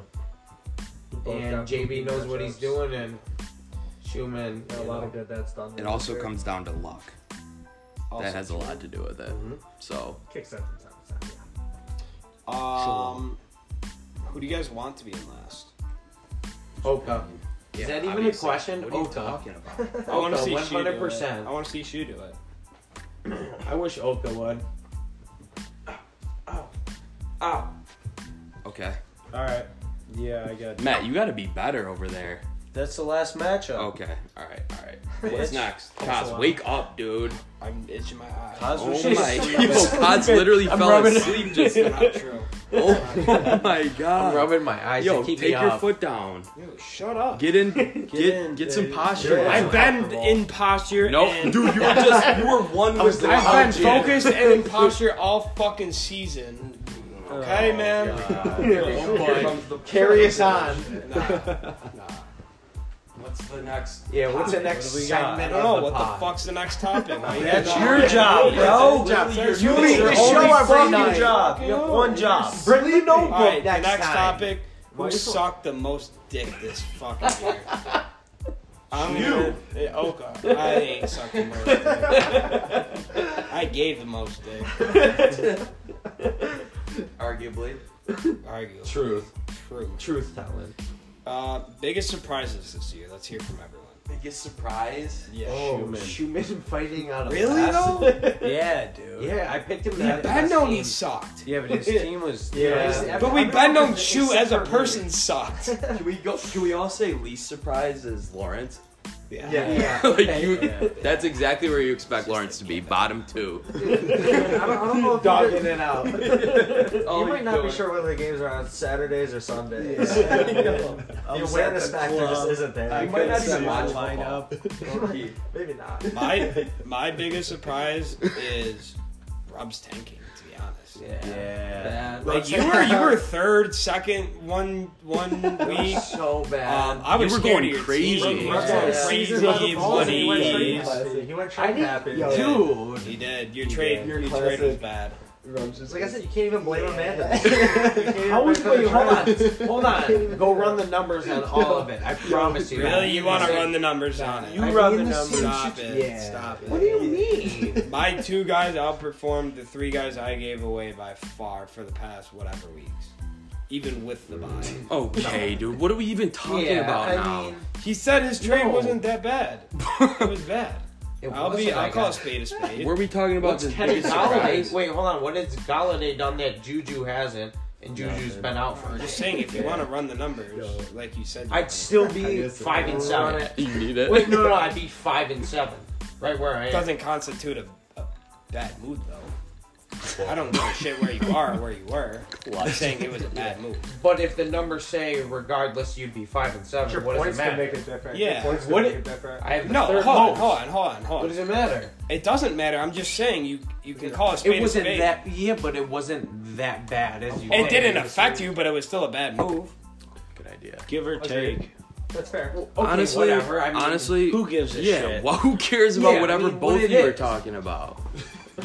Speaker 4: both
Speaker 5: and
Speaker 4: got
Speaker 5: JB
Speaker 4: poopy
Speaker 5: knows what he's
Speaker 4: matchups.
Speaker 5: doing, and Schumann.
Speaker 4: Got a
Speaker 5: you
Speaker 4: lot
Speaker 5: know.
Speaker 4: of good that's done.
Speaker 1: It also comes down to luck.
Speaker 6: Also
Speaker 1: that has a lot to do with it. So
Speaker 4: kicks up from time to time. Yeah.
Speaker 6: Um, who do you guys want to be in last?
Speaker 5: Oka.
Speaker 6: Yeah,
Speaker 5: Is that even
Speaker 6: obviously.
Speaker 5: a question? Oh,
Speaker 6: What are you
Speaker 5: Oka.
Speaker 6: talking about?
Speaker 5: (laughs)
Speaker 6: I want to
Speaker 5: Oka,
Speaker 6: see you do it.
Speaker 5: 100%.
Speaker 6: I want to see you do it.
Speaker 5: I wish Oka would.
Speaker 1: okay,
Speaker 3: All right. Yeah, I got.
Speaker 1: Matt, you got to be better over there.
Speaker 3: That's the last matchup.
Speaker 5: Oh.
Speaker 1: Okay, all right, all right.
Speaker 3: Bitch.
Speaker 1: What's next? Cos,
Speaker 3: That's a
Speaker 1: wake up, dude.
Speaker 6: I'm itching my eyes.
Speaker 3: Cos
Speaker 1: Oh
Speaker 3: was
Speaker 1: my,
Speaker 3: just
Speaker 1: yo, Cos literally fell asleep just.
Speaker 6: It's not true.
Speaker 1: (laughs) Oh my
Speaker 5: I'm
Speaker 1: god.
Speaker 5: rubbing my eyes
Speaker 1: Yo,
Speaker 5: to keep
Speaker 1: take
Speaker 5: me
Speaker 1: your
Speaker 5: up.
Speaker 1: foot down.
Speaker 6: Dude, shut up.
Speaker 1: Get in, get
Speaker 3: in,
Speaker 1: get, some
Speaker 3: baby.
Speaker 1: posture.
Speaker 3: Yeah.
Speaker 2: I've been in posture.
Speaker 1: No, (laughs)
Speaker 2: and-
Speaker 1: dude, you were just you were one with the
Speaker 2: I've been
Speaker 1: object.
Speaker 2: focused and in posture all fucking season. Okay, man. (laughs)
Speaker 5: Carry us on.
Speaker 1: What's the next?
Speaker 5: Yeah, what's the next
Speaker 3: What do we got?
Speaker 5: segment
Speaker 2: I don't know
Speaker 5: of the
Speaker 2: what
Speaker 5: pod?
Speaker 2: the fuck's the next topic.
Speaker 3: That's your job, bro. You leave the show
Speaker 5: only
Speaker 3: every
Speaker 5: fucking
Speaker 3: night.
Speaker 5: job.
Speaker 3: job. You have one job.
Speaker 5: Bring the notebook
Speaker 2: All right,
Speaker 5: next,
Speaker 2: the next
Speaker 5: time.
Speaker 2: topic. Who sucked the most dick this fucking year? I'm you. Gonna, uh, Oka. I ain't sucked the most dick. I gave the most dick,
Speaker 1: Arguably.
Speaker 2: arguably.
Speaker 5: Truth.
Speaker 2: True.
Speaker 5: Truth telling.
Speaker 2: Uh, biggest surprises this year. Let's hear from everyone.
Speaker 1: Biggest surprise.
Speaker 2: Yeah.
Speaker 5: Oh,
Speaker 3: Schumann.
Speaker 5: Schumann (laughs) fighting out of
Speaker 2: Really,
Speaker 5: class. (laughs)
Speaker 3: Yeah, dude.
Speaker 5: yeah, I picked him
Speaker 2: Yeah,
Speaker 5: that.
Speaker 2: Ben known he sucked.
Speaker 3: Yeah, but his team (laughs) was.
Speaker 5: Yeah.
Speaker 2: But we Ben known Chu as a person sucked.
Speaker 1: Can we go? Can we all say least surprise is Lawrence?
Speaker 2: Yeah.
Speaker 4: (laughs)
Speaker 5: Yeah.
Speaker 1: (laughs) like you,
Speaker 3: Yeah.
Speaker 1: that's exactly where you expect Lawrence to be, bottom two.
Speaker 5: I don't, I don't know if dogging it out.
Speaker 4: You
Speaker 5: Oh,
Speaker 4: might not be sure whether the games are on Saturdays or Sundays. (laughs)
Speaker 5: I'm
Speaker 4: The awareness
Speaker 5: set at
Speaker 4: factor
Speaker 5: club.
Speaker 4: just isn't there.
Speaker 5: You might not even watch
Speaker 6: (laughs)
Speaker 3: line up.
Speaker 5: Maybe not.
Speaker 2: My my biggest surprise is Rob's tanking, to be honest.
Speaker 3: Yeah.
Speaker 2: Like you were you were third, second, one
Speaker 6: (laughs)
Speaker 2: one week.
Speaker 5: (laughs) So bad.
Speaker 2: Um, I was
Speaker 1: were
Speaker 2: scared
Speaker 1: going
Speaker 2: of your
Speaker 1: crazy.
Speaker 2: Team.
Speaker 1: Yeah.
Speaker 2: Rob's going
Speaker 5: Yeah.
Speaker 2: Crazy,
Speaker 5: Season's about to fall, so
Speaker 2: buddy.
Speaker 5: he went
Speaker 4: He went
Speaker 5: I
Speaker 4: trade
Speaker 5: need,
Speaker 4: happy.
Speaker 5: yo,
Speaker 2: Yeah.
Speaker 5: dude.
Speaker 2: He did. Your trade,
Speaker 5: did. Your
Speaker 2: your trade was
Speaker 5: classic-
Speaker 2: bad.
Speaker 4: Like I said, you can't even blame
Speaker 5: (laughs)
Speaker 4: Amanda.
Speaker 5: How would wait? Hold on,
Speaker 2: (laughs)
Speaker 5: hold on. Go run the numbers on all of it. I promise you.
Speaker 2: Really, you want to run the numbers on it?
Speaker 3: You run the numbers.
Speaker 2: Stop it.
Speaker 5: Yeah.
Speaker 2: Stop it.
Speaker 5: What do you
Speaker 2: (laughs)
Speaker 5: mean?
Speaker 2: My two guys outperformed the three guys I gave away by far for the past whatever weeks, even with the buy.
Speaker 1: Okay, dude, what are we even talking
Speaker 5: Yeah,
Speaker 1: about
Speaker 5: I
Speaker 1: now?
Speaker 5: mean,
Speaker 2: He said his trade
Speaker 5: No.
Speaker 2: wasn't that bad. It
Speaker 5: (laughs)
Speaker 2: was bad.
Speaker 5: it
Speaker 2: I'll
Speaker 5: wasn't
Speaker 2: be. I'll
Speaker 5: like
Speaker 2: call
Speaker 5: that.
Speaker 2: a spade a spade.
Speaker 1: Were we talking about
Speaker 5: What's
Speaker 1: the
Speaker 5: Kenny
Speaker 1: biggest
Speaker 5: Galladay?
Speaker 1: surprise?
Speaker 5: Wait, hold on. What has Galladay done that Juju hasn't, and Juju's
Speaker 3: Nothing.
Speaker 5: been out
Speaker 2: I'm
Speaker 5: for?
Speaker 2: just saying, if you want to run the
Speaker 5: (laughs)
Speaker 2: numbers, like you said, you
Speaker 5: I'd
Speaker 1: (laughs)
Speaker 2: do.
Speaker 5: still be five and seven.
Speaker 1: You need it.
Speaker 5: Wait, no, no, I'd be five and seven, right where I
Speaker 2: it
Speaker 5: am.
Speaker 2: doesn't constitute a, a bad move though. I don't give a shit where you are or where you were. I'm saying it was a bad move.
Speaker 5: But if the numbers say regardless, you'd be five and seven.
Speaker 4: Your
Speaker 5: what does
Speaker 4: points
Speaker 5: it
Speaker 4: can
Speaker 5: matter?
Speaker 4: make it different.
Speaker 2: Yeah.
Speaker 4: Your points can
Speaker 5: What
Speaker 4: make
Speaker 5: it-
Speaker 4: it different.
Speaker 5: I have the
Speaker 2: No,
Speaker 5: third
Speaker 2: Oh, hold on,
Speaker 5: most.
Speaker 2: hold on, hold on,
Speaker 5: What
Speaker 2: hold
Speaker 5: does
Speaker 2: on.
Speaker 5: it matter?
Speaker 2: It doesn't matter. I'm just saying you you can call a spade
Speaker 5: It wasn't
Speaker 2: a spade.
Speaker 5: that. Yeah, but it wasn't that bad as you.
Speaker 2: It didn't affect you, but it was still a bad move.
Speaker 1: Good idea.
Speaker 3: Give or
Speaker 4: Agreed.
Speaker 3: take.
Speaker 4: That's fair.
Speaker 5: Okay,
Speaker 1: honestly,
Speaker 5: whatever. I mean,
Speaker 1: honestly,
Speaker 3: Who gives a
Speaker 1: yeah.
Speaker 3: shit?
Speaker 1: Well, who cares about
Speaker 5: Yeah, I
Speaker 1: whatever
Speaker 5: mean, what
Speaker 1: both
Speaker 5: it
Speaker 1: of you are
Speaker 5: is.
Speaker 1: talking
Speaker 5: (laughs)
Speaker 1: about?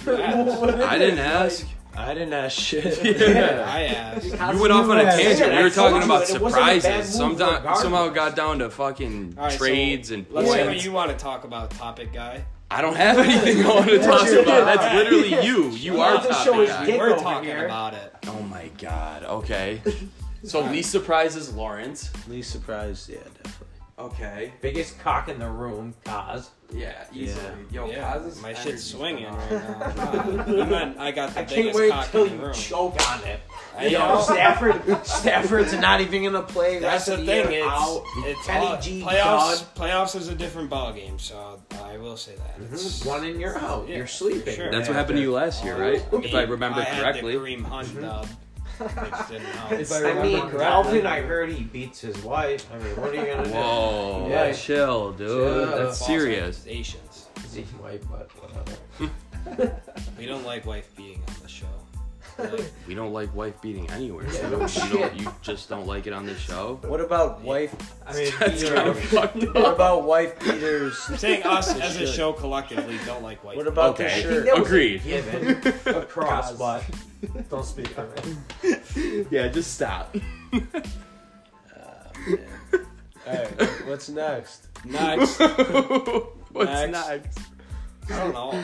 Speaker 2: I
Speaker 1: I didn't ask.
Speaker 3: I didn't ask shit.
Speaker 2: (laughs) asked.
Speaker 1: You went off on a tangent.
Speaker 5: Yeah,
Speaker 1: We
Speaker 5: I
Speaker 1: were talking
Speaker 5: told you
Speaker 1: about
Speaker 5: it wasn't a bad
Speaker 1: surprises.
Speaker 5: move
Speaker 1: Sometime,
Speaker 5: regardless.
Speaker 1: somehow it got down to fucking
Speaker 2: All right, so
Speaker 1: trades and
Speaker 2: Let's hear what
Speaker 1: points.
Speaker 2: you want to talk about, topic guy.
Speaker 1: I don't have anything I want to talk
Speaker 5: your-
Speaker 1: about. That's
Speaker 2: Alright.
Speaker 1: literally you. You
Speaker 5: Well,
Speaker 1: are
Speaker 5: the
Speaker 1: topic
Speaker 5: show is
Speaker 1: guy.
Speaker 5: Dick
Speaker 2: We're
Speaker 5: over
Speaker 2: talking
Speaker 5: here.
Speaker 2: about it.
Speaker 1: Oh my god. Okay. So least surprises Lawrence.
Speaker 3: Least surprised, yeah, definitely.
Speaker 1: Okay.
Speaker 5: biggest cock in the room, Kaz.
Speaker 1: Yeah.
Speaker 3: easily.
Speaker 1: Yo,
Speaker 2: Yeah, my shit's swinging right now. God, man, I got the
Speaker 5: I can't
Speaker 2: biggest
Speaker 5: wait
Speaker 2: cock
Speaker 5: till
Speaker 2: in the
Speaker 5: you
Speaker 2: room.
Speaker 5: choke on it.
Speaker 2: I
Speaker 5: You know,
Speaker 2: know. (laughs)
Speaker 5: Stafford. Stafford's not even gonna play.
Speaker 2: That's
Speaker 5: rest
Speaker 2: the
Speaker 5: of
Speaker 2: thing.
Speaker 5: year
Speaker 2: It's,
Speaker 5: out.
Speaker 2: it's
Speaker 5: Kenny
Speaker 2: all-
Speaker 5: G,
Speaker 2: playoffs. Playoffs is a different ballgame, so I will say that. It's-
Speaker 5: Mm-hmm. One and you're out.
Speaker 2: Yeah,
Speaker 5: You're sleeping.
Speaker 2: sure.
Speaker 1: That's what happened to you last year, right? If I remember
Speaker 2: had the
Speaker 1: correctly.
Speaker 2: Kareem Hunt dub, which didn't help.
Speaker 4: If I
Speaker 5: I
Speaker 4: remember
Speaker 5: mean,
Speaker 4: correctly-
Speaker 5: Dalvin, I heard he beats his wife. I mean, what are you gonna
Speaker 1: Whoa.
Speaker 5: Yeah.
Speaker 1: Chill, dude.
Speaker 5: Yeah.
Speaker 1: That's
Speaker 2: False
Speaker 1: serious.
Speaker 2: accusations.
Speaker 5: do? Is he white, but whatever.
Speaker 3: (laughs)
Speaker 2: We don't like wife beating on the show. Like,
Speaker 1: We don't like wife beating anywhere.
Speaker 5: Yeah,
Speaker 1: You
Speaker 5: no
Speaker 1: don't- you,
Speaker 5: shit.
Speaker 1: don't, you just don't like it on the show.
Speaker 3: What about wife?
Speaker 4: I mean,
Speaker 1: That's
Speaker 4: you
Speaker 1: (laughs) kind
Speaker 4: know,
Speaker 1: of fucked up.
Speaker 3: What about wife Peters?
Speaker 2: I'm saying
Speaker 3: (laughs)
Speaker 2: us as a show collectively don't like wife.
Speaker 3: What about
Speaker 1: Okay.
Speaker 3: the
Speaker 5: I think
Speaker 3: shirt?
Speaker 5: that was a
Speaker 1: Agreed.
Speaker 5: Given
Speaker 2: (laughs)
Speaker 5: across, but
Speaker 4: don't speak for me.
Speaker 1: Yeah, just stop.
Speaker 3: All right, what's next? (laughs)
Speaker 2: Next.
Speaker 1: What's
Speaker 2: Next.
Speaker 1: next?
Speaker 2: I don't know.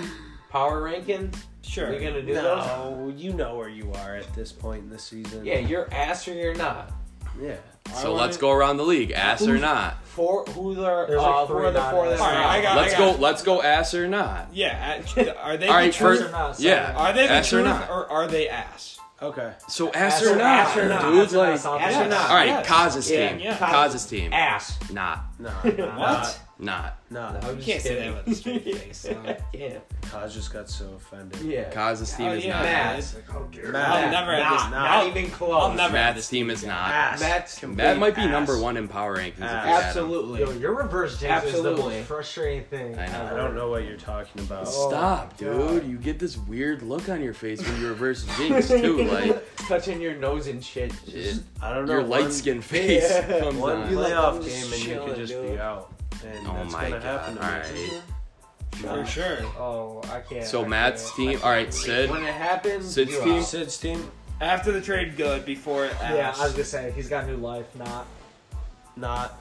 Speaker 5: Power rankings.
Speaker 2: Sure.
Speaker 5: We're gonna do those.
Speaker 3: No, you know where you are at this point in the season.
Speaker 5: Yeah, you're ass or you're not.
Speaker 3: yeah.
Speaker 1: So let's go around the league, ass or not.
Speaker 5: Four. Who are?
Speaker 4: There's
Speaker 5: Uh,
Speaker 4: like
Speaker 5: who
Speaker 4: three
Speaker 5: are the
Speaker 4: not
Speaker 5: four
Speaker 4: ass.
Speaker 5: that's
Speaker 2: All right, I
Speaker 5: not?
Speaker 2: got.
Speaker 1: Let's
Speaker 2: I
Speaker 1: go.
Speaker 2: got,
Speaker 1: Let's go, ass or not.
Speaker 2: Yeah.
Speaker 3: (laughs)
Speaker 2: act- Are they?
Speaker 1: All right,
Speaker 2: the truth?
Speaker 1: first,
Speaker 4: or not, sorry.
Speaker 1: yeah.
Speaker 2: Are they the
Speaker 1: ass or
Speaker 2: truth
Speaker 1: not?
Speaker 2: or are they ass?
Speaker 3: Okay.
Speaker 1: So ass,
Speaker 5: or
Speaker 1: or,
Speaker 5: not,
Speaker 1: not,
Speaker 5: ass or not,
Speaker 1: dudes.
Speaker 4: ass or not,
Speaker 1: like,
Speaker 4: something.
Speaker 5: Ass or not?
Speaker 1: all right,
Speaker 2: Yes.
Speaker 1: Kaz's team.
Speaker 2: Yeah.
Speaker 1: Kaz's team.
Speaker 5: Ass.
Speaker 1: Not,
Speaker 3: No.
Speaker 2: What?
Speaker 1: not.
Speaker 3: (laughs) No.
Speaker 5: I'm
Speaker 2: You
Speaker 5: just
Speaker 2: can't say
Speaker 5: kidding.
Speaker 2: that with a straight face.
Speaker 5: (laughs)
Speaker 2: though.
Speaker 5: Yeah.
Speaker 3: Cause just got so offended.
Speaker 5: Yeah.
Speaker 1: Kaz's team
Speaker 2: Oh,
Speaker 1: is
Speaker 2: yeah.
Speaker 1: not.
Speaker 5: Matt.
Speaker 2: It's like, oh, dear.
Speaker 3: Matt.
Speaker 2: I'll never have
Speaker 5: not,
Speaker 2: this.
Speaker 3: not.
Speaker 5: not even close.
Speaker 2: I'll never have
Speaker 1: Matt's
Speaker 2: this.
Speaker 1: team is not.
Speaker 3: Ass.
Speaker 5: Matt's complete
Speaker 1: Matt might be
Speaker 5: ass.
Speaker 1: number one in power rankings. if you
Speaker 3: Ass.
Speaker 1: had him.
Speaker 5: Absolutely.
Speaker 4: Yo, your reverse jinx is the
Speaker 5: Absolutely.
Speaker 4: most frustrating thing.
Speaker 1: I know.
Speaker 4: ever.
Speaker 3: I don't know what you're talking about.
Speaker 4: Oh
Speaker 1: Stop,
Speaker 4: my God.
Speaker 1: dude. You get this weird look on your face when you reverse jinx too. Like
Speaker 5: (laughs) touching your nose and shit.
Speaker 1: it-
Speaker 5: Just,
Speaker 3: I don't know.
Speaker 1: your light
Speaker 3: one-
Speaker 1: skinned face
Speaker 5: Yeah.
Speaker 1: comes
Speaker 3: One
Speaker 1: on.
Speaker 5: like,
Speaker 3: playoff
Speaker 5: I'm just
Speaker 3: game and you
Speaker 5: chilling,
Speaker 3: could just
Speaker 5: dude.
Speaker 3: be out. And
Speaker 1: Oh
Speaker 3: that's
Speaker 1: my
Speaker 3: gonna happen
Speaker 1: god.
Speaker 3: to
Speaker 1: All
Speaker 3: me.
Speaker 1: right.
Speaker 2: For sure.
Speaker 4: Oh, I can't. I
Speaker 1: So
Speaker 4: can't.
Speaker 1: Matt's team. All right, Sid.
Speaker 5: when it happens,
Speaker 1: Sid's
Speaker 5: you're
Speaker 1: team?
Speaker 5: out.
Speaker 3: Sid's team,
Speaker 2: After the trade, good. Before ass.
Speaker 4: Yeah, I was gonna say he's got new life. Not.
Speaker 3: not.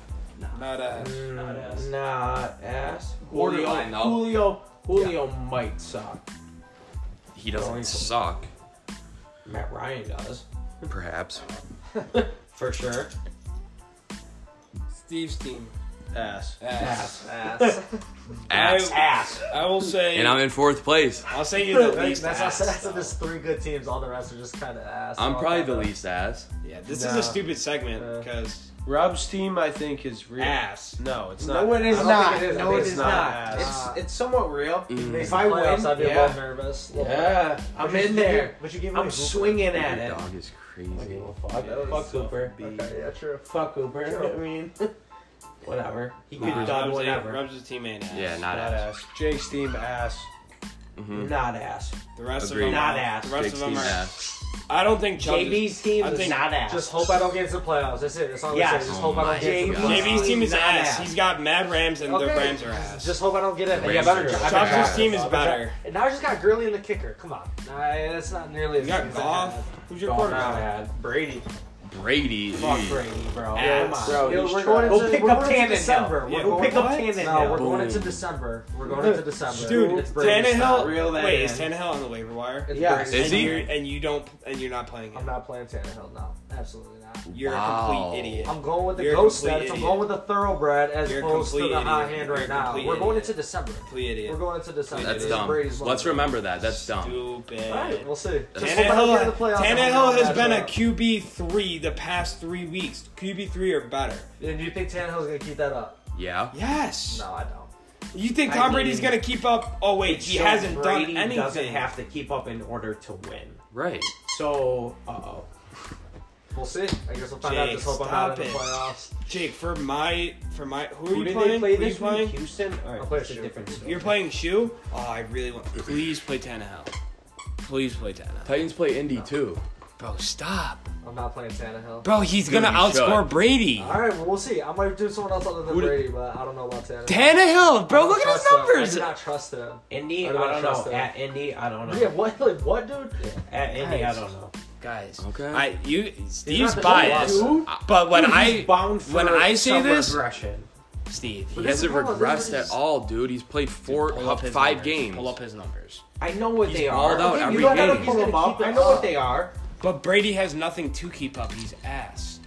Speaker 2: Not ass.
Speaker 4: Not ass.
Speaker 5: Mm, Not ass.
Speaker 1: Borderline,
Speaker 5: Julio,
Speaker 1: though.
Speaker 5: Julio, Julio might suck.
Speaker 1: He doesn't suck,
Speaker 5: Matt Ryan does
Speaker 1: perhaps.
Speaker 5: for sure.
Speaker 2: Steve's team.
Speaker 3: Ass.
Speaker 2: Ass.
Speaker 5: (laughs) ass,
Speaker 1: Ass.
Speaker 5: ass.
Speaker 2: I will say.
Speaker 1: And I'm in fourth place.
Speaker 2: I'll say you're the
Speaker 4: Like,
Speaker 2: least
Speaker 4: that's
Speaker 2: ass.
Speaker 4: that's, that's there's three good teams. All the rest are just kind of ass.
Speaker 1: I'm
Speaker 4: All
Speaker 1: probably
Speaker 4: kinda-
Speaker 1: the least ass.
Speaker 2: Yeah, this
Speaker 3: Nah.
Speaker 2: is a stupid segment
Speaker 4: Uh,
Speaker 2: because
Speaker 3: Rob's team, I think, is real.
Speaker 2: ass.
Speaker 3: No, it's not.
Speaker 5: No, it
Speaker 4: I
Speaker 5: is
Speaker 4: don't
Speaker 5: not.
Speaker 4: think it is. I
Speaker 5: No,
Speaker 4: think
Speaker 5: it
Speaker 4: it's
Speaker 5: is
Speaker 3: not
Speaker 5: not.
Speaker 3: ass.
Speaker 5: It's it's somewhat real.
Speaker 1: Mm.
Speaker 5: If I
Speaker 4: Playoffs,
Speaker 5: win,
Speaker 4: I'd be a
Speaker 5: yeah.
Speaker 4: little nervous.
Speaker 5: yeah, I'm
Speaker 4: But you-
Speaker 5: in
Speaker 4: you-
Speaker 5: there.
Speaker 4: But you give me
Speaker 5: I'm swinging at
Speaker 1: Your
Speaker 5: it.
Speaker 1: dog is crazy.
Speaker 5: Fuck, fuck Cooper.
Speaker 4: Okay, yeah, true.
Speaker 5: Fuck Cooper.
Speaker 4: Sure.
Speaker 5: I mean, (laughs) whatever. He could have
Speaker 2: Nah,
Speaker 5: done
Speaker 2: Rubs, a,
Speaker 5: whatever.
Speaker 2: Rubs his teammate ass.
Speaker 1: Yeah,
Speaker 3: Not
Speaker 1: not ass.
Speaker 3: ass. Jake's team, ass.
Speaker 1: Mhm.
Speaker 5: Not ass.
Speaker 2: The rest
Speaker 1: Agreed.
Speaker 2: of them
Speaker 5: Not
Speaker 2: are,
Speaker 5: ass.
Speaker 2: The rest
Speaker 1: Jake's
Speaker 2: of them
Speaker 1: team
Speaker 2: are.
Speaker 1: ass.
Speaker 2: I don't think Chubb. is-
Speaker 5: JB's team
Speaker 2: I
Speaker 5: is
Speaker 2: think
Speaker 5: not ass.
Speaker 4: Just hope I don't get into the playoffs. That's it. That's all I'm
Speaker 5: Yes.
Speaker 4: saying. Just
Speaker 1: Oh
Speaker 4: hope I
Speaker 1: my
Speaker 4: don't get into the
Speaker 5: God.
Speaker 4: playoffs.
Speaker 2: JB's team is
Speaker 5: Not
Speaker 2: ass.
Speaker 5: ass.
Speaker 2: He's got mad Rams and the
Speaker 4: Okay.
Speaker 2: Rams are ass.
Speaker 4: Just hope I don't get it.
Speaker 1: The
Speaker 4: Yeah,
Speaker 1: Rams
Speaker 4: better.
Speaker 1: are
Speaker 4: I
Speaker 1: just
Speaker 4: better.
Speaker 1: ass.
Speaker 2: Chubb's team is better.
Speaker 4: And now I just got Gurley in the kicker. Come on. Nah, that's not nearly as
Speaker 2: You
Speaker 4: good
Speaker 2: got
Speaker 4: as I had.
Speaker 2: Goff. Who's your
Speaker 5: Gone out,
Speaker 2: quarterback?
Speaker 5: man.
Speaker 4: Brady.
Speaker 1: Brady.
Speaker 5: Fuck
Speaker 1: ew.
Speaker 5: Brady, bro.
Speaker 2: Ass.
Speaker 5: Come on.
Speaker 3: Bro, he's
Speaker 4: Yo, we're
Speaker 3: trash.
Speaker 4: going
Speaker 5: Go
Speaker 4: into,
Speaker 5: pick
Speaker 4: we're
Speaker 5: up
Speaker 4: going into
Speaker 5: Tannehill.
Speaker 4: December.
Speaker 2: Yeah,
Speaker 4: we're
Speaker 5: Go
Speaker 4: going
Speaker 5: pick up
Speaker 2: What?
Speaker 5: Tannehill.
Speaker 4: No, we're
Speaker 1: Boom.
Speaker 4: going into December. We're going into December.
Speaker 2: Dude,
Speaker 4: it's Brady's time.
Speaker 2: Tannehill.
Speaker 5: Reel that
Speaker 2: Wait,
Speaker 5: in.
Speaker 2: is Tannehill on the waiver wire?
Speaker 4: It's
Speaker 5: Yeah.
Speaker 4: Brady's
Speaker 1: Is
Speaker 2: and
Speaker 1: he?
Speaker 4: time.
Speaker 2: You're, and you don't. And you're not playing
Speaker 4: I'm
Speaker 2: him.
Speaker 4: not playing Tannehill. No, absolutely not.
Speaker 2: You're
Speaker 1: Wow.
Speaker 2: a complete idiot.
Speaker 4: I'm going with the
Speaker 2: You're a
Speaker 4: ghost
Speaker 2: complete
Speaker 4: nuts. I'm
Speaker 2: idiot.
Speaker 4: going with the thoroughbred as
Speaker 2: You're a
Speaker 4: opposed to the
Speaker 2: complete
Speaker 4: high
Speaker 2: idiot.
Speaker 4: hand
Speaker 2: You're a
Speaker 4: right now. We're
Speaker 2: complete
Speaker 4: going
Speaker 2: idiot.
Speaker 4: into December.
Speaker 2: complete idiot.
Speaker 4: We're going into December.
Speaker 1: That's
Speaker 4: It's
Speaker 1: dumb.
Speaker 4: Brady's
Speaker 1: Let's
Speaker 4: lover.
Speaker 1: remember that. That's dumb.
Speaker 2: Stupid.
Speaker 4: All right, we'll see. Just hope I don't get in
Speaker 2: Tannehill,
Speaker 4: the playoffs.
Speaker 2: Tannehill has been a
Speaker 4: Q.
Speaker 2: QB three the past three weeks. QB three or better.
Speaker 4: And you think Tannehill's gonna keep that up?
Speaker 1: Yeah.
Speaker 2: Yes.
Speaker 4: No, I don't.
Speaker 2: You think
Speaker 5: I
Speaker 2: Tom Brady's
Speaker 5: mean-
Speaker 2: gonna keep up? Oh wait, he
Speaker 5: So
Speaker 2: hasn't
Speaker 5: Brady
Speaker 2: done anything.
Speaker 5: Doesn't have to keep up in order to win.
Speaker 1: Right.
Speaker 5: So, uh oh.
Speaker 4: We'll see. I guess we'll find out.
Speaker 2: Jake,
Speaker 4: Just hope I'm
Speaker 2: stop
Speaker 4: not in the
Speaker 2: it.
Speaker 4: playoffs.
Speaker 2: Jake, for my for my who are
Speaker 5: Who
Speaker 2: you
Speaker 5: did
Speaker 2: playing?
Speaker 5: they play
Speaker 2: who are you
Speaker 5: this
Speaker 2: playing?
Speaker 5: week? Houston. All
Speaker 4: I'll
Speaker 5: right,
Speaker 4: play
Speaker 5: that's a
Speaker 4: Houston.
Speaker 5: different story.
Speaker 2: You're playing Shoe? Oh, I really want. Please play Tannehill. Please play Tannehill.
Speaker 1: Titans play Indy too.
Speaker 2: Bro, stop.
Speaker 4: I'm not playing Tannehill.
Speaker 2: Bro, he's
Speaker 1: Dude,
Speaker 2: gonna
Speaker 1: you should.
Speaker 2: outscore Brady.
Speaker 4: All right, well, we'll see. I might do someone else other than
Speaker 1: Who did-
Speaker 4: Brady, but I don't know about Tannehill.
Speaker 2: Tannehill,
Speaker 4: I
Speaker 2: bro,
Speaker 4: don't
Speaker 2: look at his
Speaker 4: trust him.
Speaker 2: numbers.
Speaker 4: I do not trust him.
Speaker 5: Indy,
Speaker 4: I
Speaker 5: I
Speaker 4: don't
Speaker 5: don't
Speaker 4: trust
Speaker 5: know.
Speaker 4: them.
Speaker 5: At Indy, I don't know.
Speaker 4: Yeah, what? Like what, dude?
Speaker 5: At Indy, I
Speaker 4: Guys.
Speaker 5: don't know.
Speaker 2: Guys,
Speaker 1: Okay.
Speaker 2: I you
Speaker 4: not
Speaker 2: Steve's
Speaker 4: the
Speaker 2: biased,
Speaker 4: dude.
Speaker 2: but when
Speaker 5: Dude, he's
Speaker 2: I
Speaker 5: bound for
Speaker 2: when I say
Speaker 5: some
Speaker 2: this-
Speaker 5: regression.
Speaker 2: Steve,
Speaker 1: He
Speaker 4: But this is
Speaker 1: hasn't
Speaker 4: the problem, this
Speaker 1: regressed
Speaker 4: is-
Speaker 1: at all, dude. He's played four, uh,
Speaker 2: pull up his
Speaker 1: five
Speaker 2: numbers.
Speaker 1: games.
Speaker 2: Pull up his numbers.
Speaker 5: I know what
Speaker 1: He's
Speaker 5: they
Speaker 1: balled
Speaker 5: are.
Speaker 1: out
Speaker 5: You
Speaker 1: every
Speaker 5: don't gotta
Speaker 1: game.
Speaker 5: pull
Speaker 4: He's
Speaker 5: them
Speaker 4: gonna
Speaker 5: up.
Speaker 4: keep
Speaker 5: I
Speaker 4: it
Speaker 5: know
Speaker 4: up.
Speaker 5: what they are.
Speaker 2: But Brady has nothing to keep up. He's ass.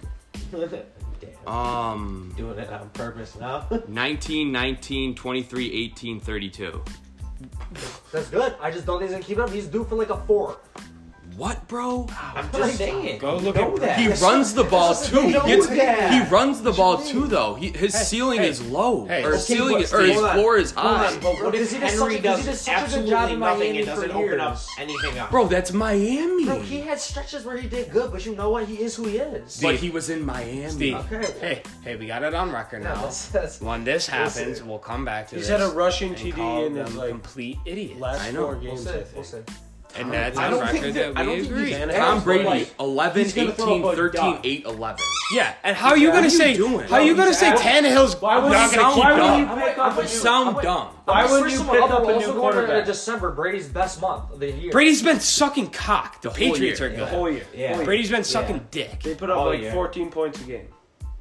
Speaker 5: Damn,
Speaker 1: Um,
Speaker 5: doing it on purpose
Speaker 4: (laughs)
Speaker 5: now.
Speaker 1: 19, 19, 23, 18, 32.
Speaker 4: That's good. I just don't think he's gonna keep it up. He's due for like a four.
Speaker 1: What, bro?
Speaker 5: I'm just saying.
Speaker 2: Go look
Speaker 5: know
Speaker 2: at-
Speaker 5: that.
Speaker 1: He runs the ball too. He
Speaker 5: know
Speaker 1: gets.
Speaker 5: that.
Speaker 1: He runs the ball too, though. He, his ceiling is low,
Speaker 2: hey.
Speaker 1: or
Speaker 2: Okay,
Speaker 1: his ceiling,
Speaker 5: but
Speaker 1: or
Speaker 5: Steve,
Speaker 1: his
Speaker 5: hold on.
Speaker 1: floor is
Speaker 5: Hold on,
Speaker 1: high.
Speaker 5: but what if
Speaker 4: Because he did
Speaker 5: Henry
Speaker 4: such a- because
Speaker 5: does,
Speaker 4: he did such a good
Speaker 5: absolutely
Speaker 4: job in
Speaker 5: nothing
Speaker 4: Miami
Speaker 5: and doesn't
Speaker 4: for
Speaker 5: open up
Speaker 4: years?
Speaker 5: anything up?
Speaker 1: Bro, that's Miami.
Speaker 4: Bro, he had stretches where he did good, but you know what? He is who he is.
Speaker 1: but he was in Miami.
Speaker 4: Okay.
Speaker 2: Hey, hey, we got it on record
Speaker 4: (laughs) No,
Speaker 2: now.
Speaker 4: that's, that's,
Speaker 2: When this happens, we'll come back to
Speaker 3: He's
Speaker 2: this.
Speaker 3: had a rushing
Speaker 2: and
Speaker 3: TD
Speaker 2: call
Speaker 3: in his
Speaker 2: them
Speaker 3: like
Speaker 2: complete idiots.
Speaker 3: last
Speaker 1: I know.
Speaker 3: four
Speaker 4: we'll
Speaker 3: games.
Speaker 4: see.
Speaker 3: I
Speaker 4: We'll
Speaker 3: think.
Speaker 4: see.
Speaker 2: and that's
Speaker 5: I
Speaker 2: on
Speaker 5: don't think
Speaker 2: record
Speaker 5: that,
Speaker 2: that,
Speaker 5: I don't
Speaker 2: we
Speaker 5: think
Speaker 2: agree.
Speaker 5: he's
Speaker 1: Tom Brady,
Speaker 5: Like,
Speaker 1: 11,
Speaker 5: he's gonna throw
Speaker 1: 18,
Speaker 5: up a
Speaker 1: 13,
Speaker 5: dunk.
Speaker 1: 8, 11.
Speaker 2: Yeah, and how are you gonna
Speaker 1: you
Speaker 2: say?
Speaker 1: doing?
Speaker 2: How are you
Speaker 3: Bro,
Speaker 2: gonna
Speaker 3: he's
Speaker 2: say
Speaker 3: ass.
Speaker 2: Tannehill's
Speaker 3: Why would
Speaker 1: Not
Speaker 3: you,
Speaker 1: gonna
Speaker 3: why
Speaker 1: keep
Speaker 3: would you
Speaker 1: up.
Speaker 4: I'm
Speaker 3: pick
Speaker 4: like,
Speaker 3: up
Speaker 4: I'm
Speaker 3: a
Speaker 4: with
Speaker 3: new-
Speaker 4: you.
Speaker 1: Sound
Speaker 4: I'm with-
Speaker 1: dumb.
Speaker 3: Why
Speaker 4: I'm
Speaker 3: would
Speaker 4: sure
Speaker 3: you
Speaker 4: someone
Speaker 3: pick
Speaker 4: else
Speaker 3: up a
Speaker 4: will
Speaker 3: new
Speaker 4: also go over
Speaker 3: quarterback?
Speaker 4: in December, Brady's best month of the year.
Speaker 2: Brady's been sucking cock? The
Speaker 1: whole
Speaker 2: Patriots
Speaker 1: year.
Speaker 2: are
Speaker 1: The
Speaker 2: good.
Speaker 3: whole year?
Speaker 5: Yeah.
Speaker 2: Brady's been sucking dick.
Speaker 3: They put up
Speaker 5: All
Speaker 3: like
Speaker 5: year.
Speaker 3: 14 points a game.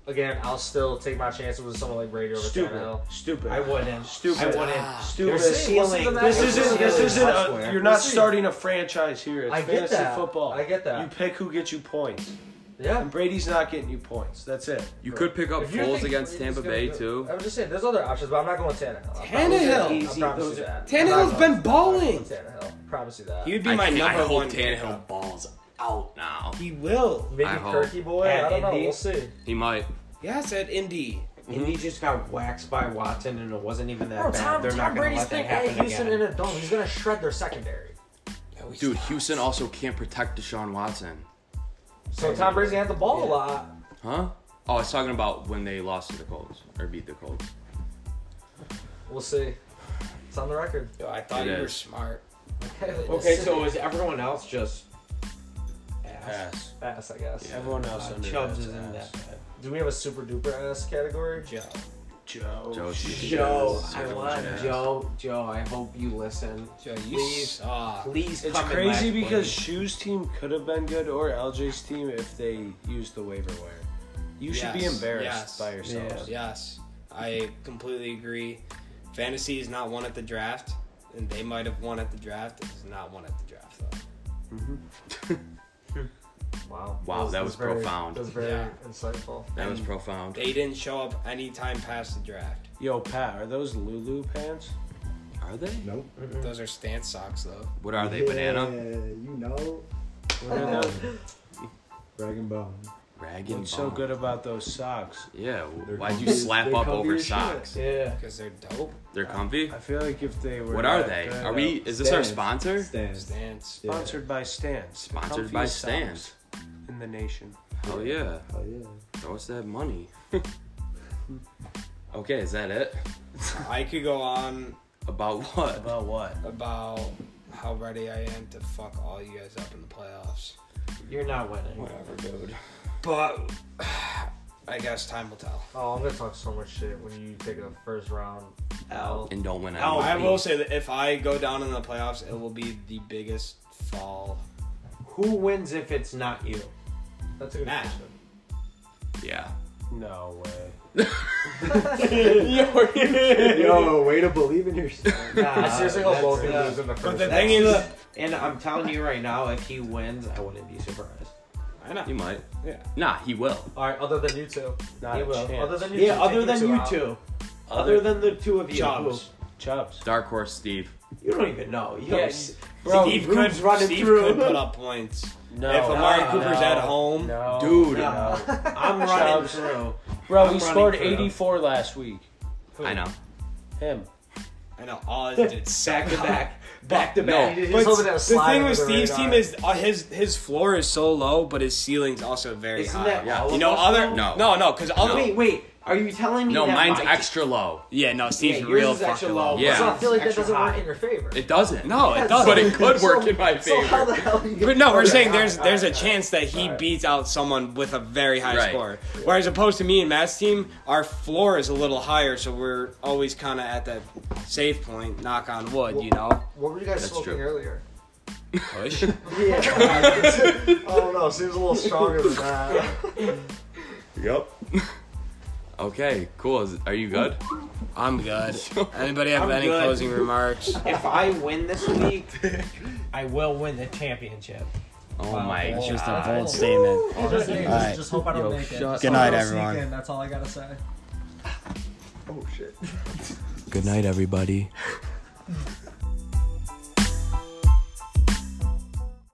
Speaker 4: again, I'll still take my chances with someone like Brady over
Speaker 3: Stupid.
Speaker 4: Tannehill.
Speaker 3: Stupid.
Speaker 5: I wouldn't.
Speaker 3: Stupid.
Speaker 5: I
Speaker 4: Ah.
Speaker 5: wouldn't.
Speaker 3: Stupid.
Speaker 5: They're stealing.
Speaker 3: This isn't. This
Speaker 5: Stealing
Speaker 3: isn't. A,
Speaker 5: elsewhere.
Speaker 3: you're not
Speaker 4: Listen.
Speaker 3: starting a franchise here. It's
Speaker 4: I get
Speaker 3: fantasy
Speaker 4: that.
Speaker 3: football.
Speaker 4: I get that.
Speaker 3: You pick who gets you points,
Speaker 4: Yeah.
Speaker 3: and Brady's not getting you points. That's it.
Speaker 1: You could pick up
Speaker 4: If you
Speaker 1: Foles
Speaker 4: think
Speaker 1: against
Speaker 4: Brady's
Speaker 1: Tampa
Speaker 4: gonna
Speaker 1: Bay
Speaker 4: do-
Speaker 1: too.
Speaker 4: I'm just saying, there's other options, but I'm not going Tannehill. I
Speaker 2: Tannehill.
Speaker 4: promise you that. I promise
Speaker 5: Easy.
Speaker 4: you that.
Speaker 2: Tannehill's
Speaker 4: I'm
Speaker 2: been
Speaker 4: not going- I'm not
Speaker 2: balling.
Speaker 4: going Tannehill. Promise you that.
Speaker 2: He would be
Speaker 1: I,
Speaker 2: my
Speaker 1: can't- I
Speaker 2: number
Speaker 1: hope
Speaker 2: one.
Speaker 1: Tannehill balls out now.
Speaker 2: He will.
Speaker 4: Maybe
Speaker 1: I hope.
Speaker 4: Kirky boy.
Speaker 5: At
Speaker 4: I don't know.
Speaker 5: Indy?
Speaker 4: We'll see.
Speaker 1: He might.
Speaker 2: Yes, at Indy.
Speaker 5: And he just got waxed by Watson, and it wasn't even that
Speaker 4: Bro,
Speaker 5: bad.
Speaker 4: Tom,
Speaker 5: They're
Speaker 4: Tom
Speaker 5: not going to
Speaker 4: Brady's
Speaker 5: let that
Speaker 4: thinking hey,
Speaker 5: happen
Speaker 4: Houston
Speaker 5: again.
Speaker 4: in a dome. He's gonna shred their secondary.
Speaker 1: Dude, Houston also can't protect Deshaun Watson.
Speaker 4: So Tom Brady's gonna have the ball a lot.
Speaker 1: Huh? Oh, I was talking about when they lost to the Colts or beat the Colts.
Speaker 4: We'll see. It's on the record. (laughs)
Speaker 2: Yo, I thought
Speaker 1: It
Speaker 2: you were
Speaker 1: is.
Speaker 2: smart.
Speaker 5: Okay, so is everyone else just ass?
Speaker 3: Pass.
Speaker 4: ass, I guess.
Speaker 3: Everyone else under
Speaker 5: Uh, Chubbs
Speaker 3: that's
Speaker 5: isn't
Speaker 3: ass.
Speaker 5: that bad.
Speaker 4: Do we have a super duper ass category?
Speaker 2: Joe.
Speaker 3: Joe.
Speaker 1: Joe, she-
Speaker 5: Joe,
Speaker 1: Yes.
Speaker 5: I love Joe. Joe, I hope you listen.
Speaker 2: Joe, you
Speaker 5: Please.
Speaker 2: suck.
Speaker 5: Please
Speaker 3: It's
Speaker 5: come and
Speaker 3: crazy
Speaker 5: laugh,
Speaker 3: because
Speaker 5: please.
Speaker 3: Shoe's team could have been good or LJ's team if they used the waiver wire. You should be
Speaker 2: Yes,
Speaker 3: embarrassed
Speaker 2: yes,
Speaker 3: by yourselves.
Speaker 2: Yes, I completely agree. Fantasy is not one at the draft, and they might have won at the draft. It's not one at the draft though.
Speaker 4: Wow.
Speaker 1: Wow, that was
Speaker 4: very-
Speaker 1: profound.
Speaker 4: That was very
Speaker 2: Yeah.
Speaker 4: insightful.
Speaker 1: That was profound.
Speaker 2: They didn't show up any time past the draft.
Speaker 3: Yo, Pat, are those Lulu pants?
Speaker 1: Are they?
Speaker 7: Nope.
Speaker 5: Mm.
Speaker 2: Those are stance socks though.
Speaker 1: What are they?
Speaker 7: Yeah,
Speaker 1: Banana?
Speaker 7: You know,
Speaker 3: What are those?
Speaker 7: rag and bone.
Speaker 1: Rag and
Speaker 3: What's so
Speaker 1: bone.
Speaker 3: good about those socks?
Speaker 1: Yeah.
Speaker 7: They're
Speaker 1: Why'd you
Speaker 7: comfy-
Speaker 1: slap
Speaker 7: they're
Speaker 1: up
Speaker 7: comfy
Speaker 1: over
Speaker 7: as shit.
Speaker 1: socks?
Speaker 5: Yeah.
Speaker 2: Because they're dope.
Speaker 1: They're comfy.
Speaker 3: I feel like if they were.
Speaker 1: What are
Speaker 3: that
Speaker 1: they?
Speaker 3: good,
Speaker 1: Are we?
Speaker 3: uh,
Speaker 1: Is this our
Speaker 7: Stance.
Speaker 1: sponsor?
Speaker 7: Stance.
Speaker 2: Stance.
Speaker 7: Yeah.
Speaker 3: sponsored by Stans?
Speaker 1: Sponsored
Speaker 3: Comfiest
Speaker 1: by
Speaker 3: socks
Speaker 1: Stans.
Speaker 3: in the nation.
Speaker 1: Hell yeah.
Speaker 7: Oh yeah.
Speaker 1: Throw us that money. (laughs) okay, is that it?
Speaker 2: I could go on
Speaker 1: About what?
Speaker 3: About what?
Speaker 2: about how ready I am to fuck all you guys up in the playoffs.
Speaker 5: You're not winning.
Speaker 1: Whatever, dude.
Speaker 2: But (sighs) I guess time will tell.
Speaker 4: Oh, I'm gonna talk so much shit when you take a first round L.
Speaker 1: And don't win any.
Speaker 2: Oh, I
Speaker 1: money.
Speaker 2: will say that if I go down in the playoffs, it will be the biggest fall.
Speaker 5: Who wins if it's not
Speaker 4: (laughs)
Speaker 5: you?
Speaker 4: That's a good
Speaker 2: Matt.
Speaker 4: question.
Speaker 1: Yeah.
Speaker 3: No way.
Speaker 7: Yo, way to believe in yourself.
Speaker 5: Nah,
Speaker 4: I seriously hope
Speaker 5: that's-
Speaker 4: both of you
Speaker 5: yeah.
Speaker 4: lose in the
Speaker 2: But
Speaker 4: first
Speaker 2: the
Speaker 4: round.
Speaker 2: thing is,
Speaker 5: And I'm telling you right now, if he wins, I wouldn't be surprised.
Speaker 2: I know.
Speaker 1: He might.
Speaker 2: Yeah.
Speaker 1: Nah, he will.
Speaker 4: Alright, other than you two.
Speaker 3: Not
Speaker 5: He
Speaker 3: a
Speaker 5: will.
Speaker 3: chance.
Speaker 4: Other than you two.
Speaker 5: Yeah,
Speaker 4: take
Speaker 5: other than you
Speaker 4: out.
Speaker 5: two. Other than the two of you.
Speaker 2: Jobs.
Speaker 3: Chubbs.
Speaker 1: Dark horse Steve.
Speaker 5: who- You don't even know. You
Speaker 3: Yeah,
Speaker 5: don't-
Speaker 3: Steve
Speaker 5: bro,
Speaker 2: Steve
Speaker 5: Rube's
Speaker 2: could,
Speaker 5: running
Speaker 2: Steve
Speaker 5: through.
Speaker 2: could put up points.
Speaker 3: No.
Speaker 2: if Amari
Speaker 5: no,
Speaker 2: Cooper's
Speaker 3: no,
Speaker 2: at home,
Speaker 3: No.
Speaker 1: Dude.
Speaker 5: (laughs)
Speaker 3: No.
Speaker 5: I'm (laughs) running
Speaker 3: Jobs.
Speaker 5: through.
Speaker 3: Bro,
Speaker 5: I'm
Speaker 3: we scored
Speaker 5: running for
Speaker 3: 84 last week.
Speaker 1: I know.
Speaker 3: Him.
Speaker 2: I know all his (laughs) did
Speaker 5: Back
Speaker 2: suck.
Speaker 5: to back. Back to
Speaker 1: No.
Speaker 5: back.
Speaker 4: He's
Speaker 2: But
Speaker 4: hoping that
Speaker 2: the
Speaker 4: slide
Speaker 2: thing
Speaker 4: under
Speaker 2: with
Speaker 4: the
Speaker 2: Steve's
Speaker 4: radar.
Speaker 2: team is uh, his his floor is so low, but his ceiling's also very
Speaker 5: Isn't
Speaker 2: high.
Speaker 5: that
Speaker 1: Yeah.
Speaker 5: all
Speaker 2: you
Speaker 5: of
Speaker 2: know,
Speaker 5: us,
Speaker 2: other
Speaker 5: though?
Speaker 1: No.
Speaker 2: no, no, because other
Speaker 5: Wait, wait. Are you telling me
Speaker 1: No,
Speaker 5: that
Speaker 1: mine's
Speaker 5: my team-
Speaker 1: extra low.
Speaker 2: yeah, no, Steve's
Speaker 5: Yeah, yours
Speaker 2: real
Speaker 5: is extra
Speaker 2: fucking
Speaker 5: low.
Speaker 2: low.
Speaker 1: Yeah.
Speaker 4: So I feel like that
Speaker 5: Extra
Speaker 4: doesn't work
Speaker 5: high.
Speaker 4: in your favor.
Speaker 1: It doesn't.
Speaker 2: No, it doesn't.
Speaker 1: But it could
Speaker 2: (laughs)
Speaker 5: So-
Speaker 1: work in my
Speaker 5: (laughs) So how
Speaker 1: favor.
Speaker 5: the hell are you
Speaker 2: But no, we're
Speaker 5: Okay,
Speaker 2: saying
Speaker 5: all right,
Speaker 2: there's
Speaker 5: all
Speaker 2: there's
Speaker 5: right,
Speaker 2: a
Speaker 5: all
Speaker 2: chance that he beats out someone with a very high
Speaker 1: Right.
Speaker 2: score. Whereas opposed to me and Matt's team, our floor is a little higher, so we're always kind of at that safe point. Knock on wood, you know.
Speaker 4: What were you guys
Speaker 1: That's
Speaker 4: smoking
Speaker 1: true.
Speaker 4: earlier?
Speaker 1: Push.
Speaker 4: (laughs)
Speaker 5: right. Yeah.
Speaker 4: Oh no, seems a little stronger than that.
Speaker 1: Yep. Okay, cool. Is- Are you good? (laughs)
Speaker 2: I'm good. Anybody have
Speaker 5: I'm
Speaker 2: any
Speaker 5: good.
Speaker 2: closing remarks?
Speaker 5: if I win (laughs) this week, I will win the championship.
Speaker 1: Oh my
Speaker 4: It's
Speaker 1: god.
Speaker 4: just a bold
Speaker 7: statement.
Speaker 4: All just, just,
Speaker 7: Alright.
Speaker 4: just hope I don't
Speaker 1: Yo,
Speaker 4: make it.
Speaker 1: shut
Speaker 4: Just
Speaker 1: Good
Speaker 4: hope
Speaker 7: night,
Speaker 4: I don't sneak
Speaker 7: everyone.
Speaker 4: in, That's all I gotta say.
Speaker 7: Oh shit.
Speaker 1: Good night, everybody.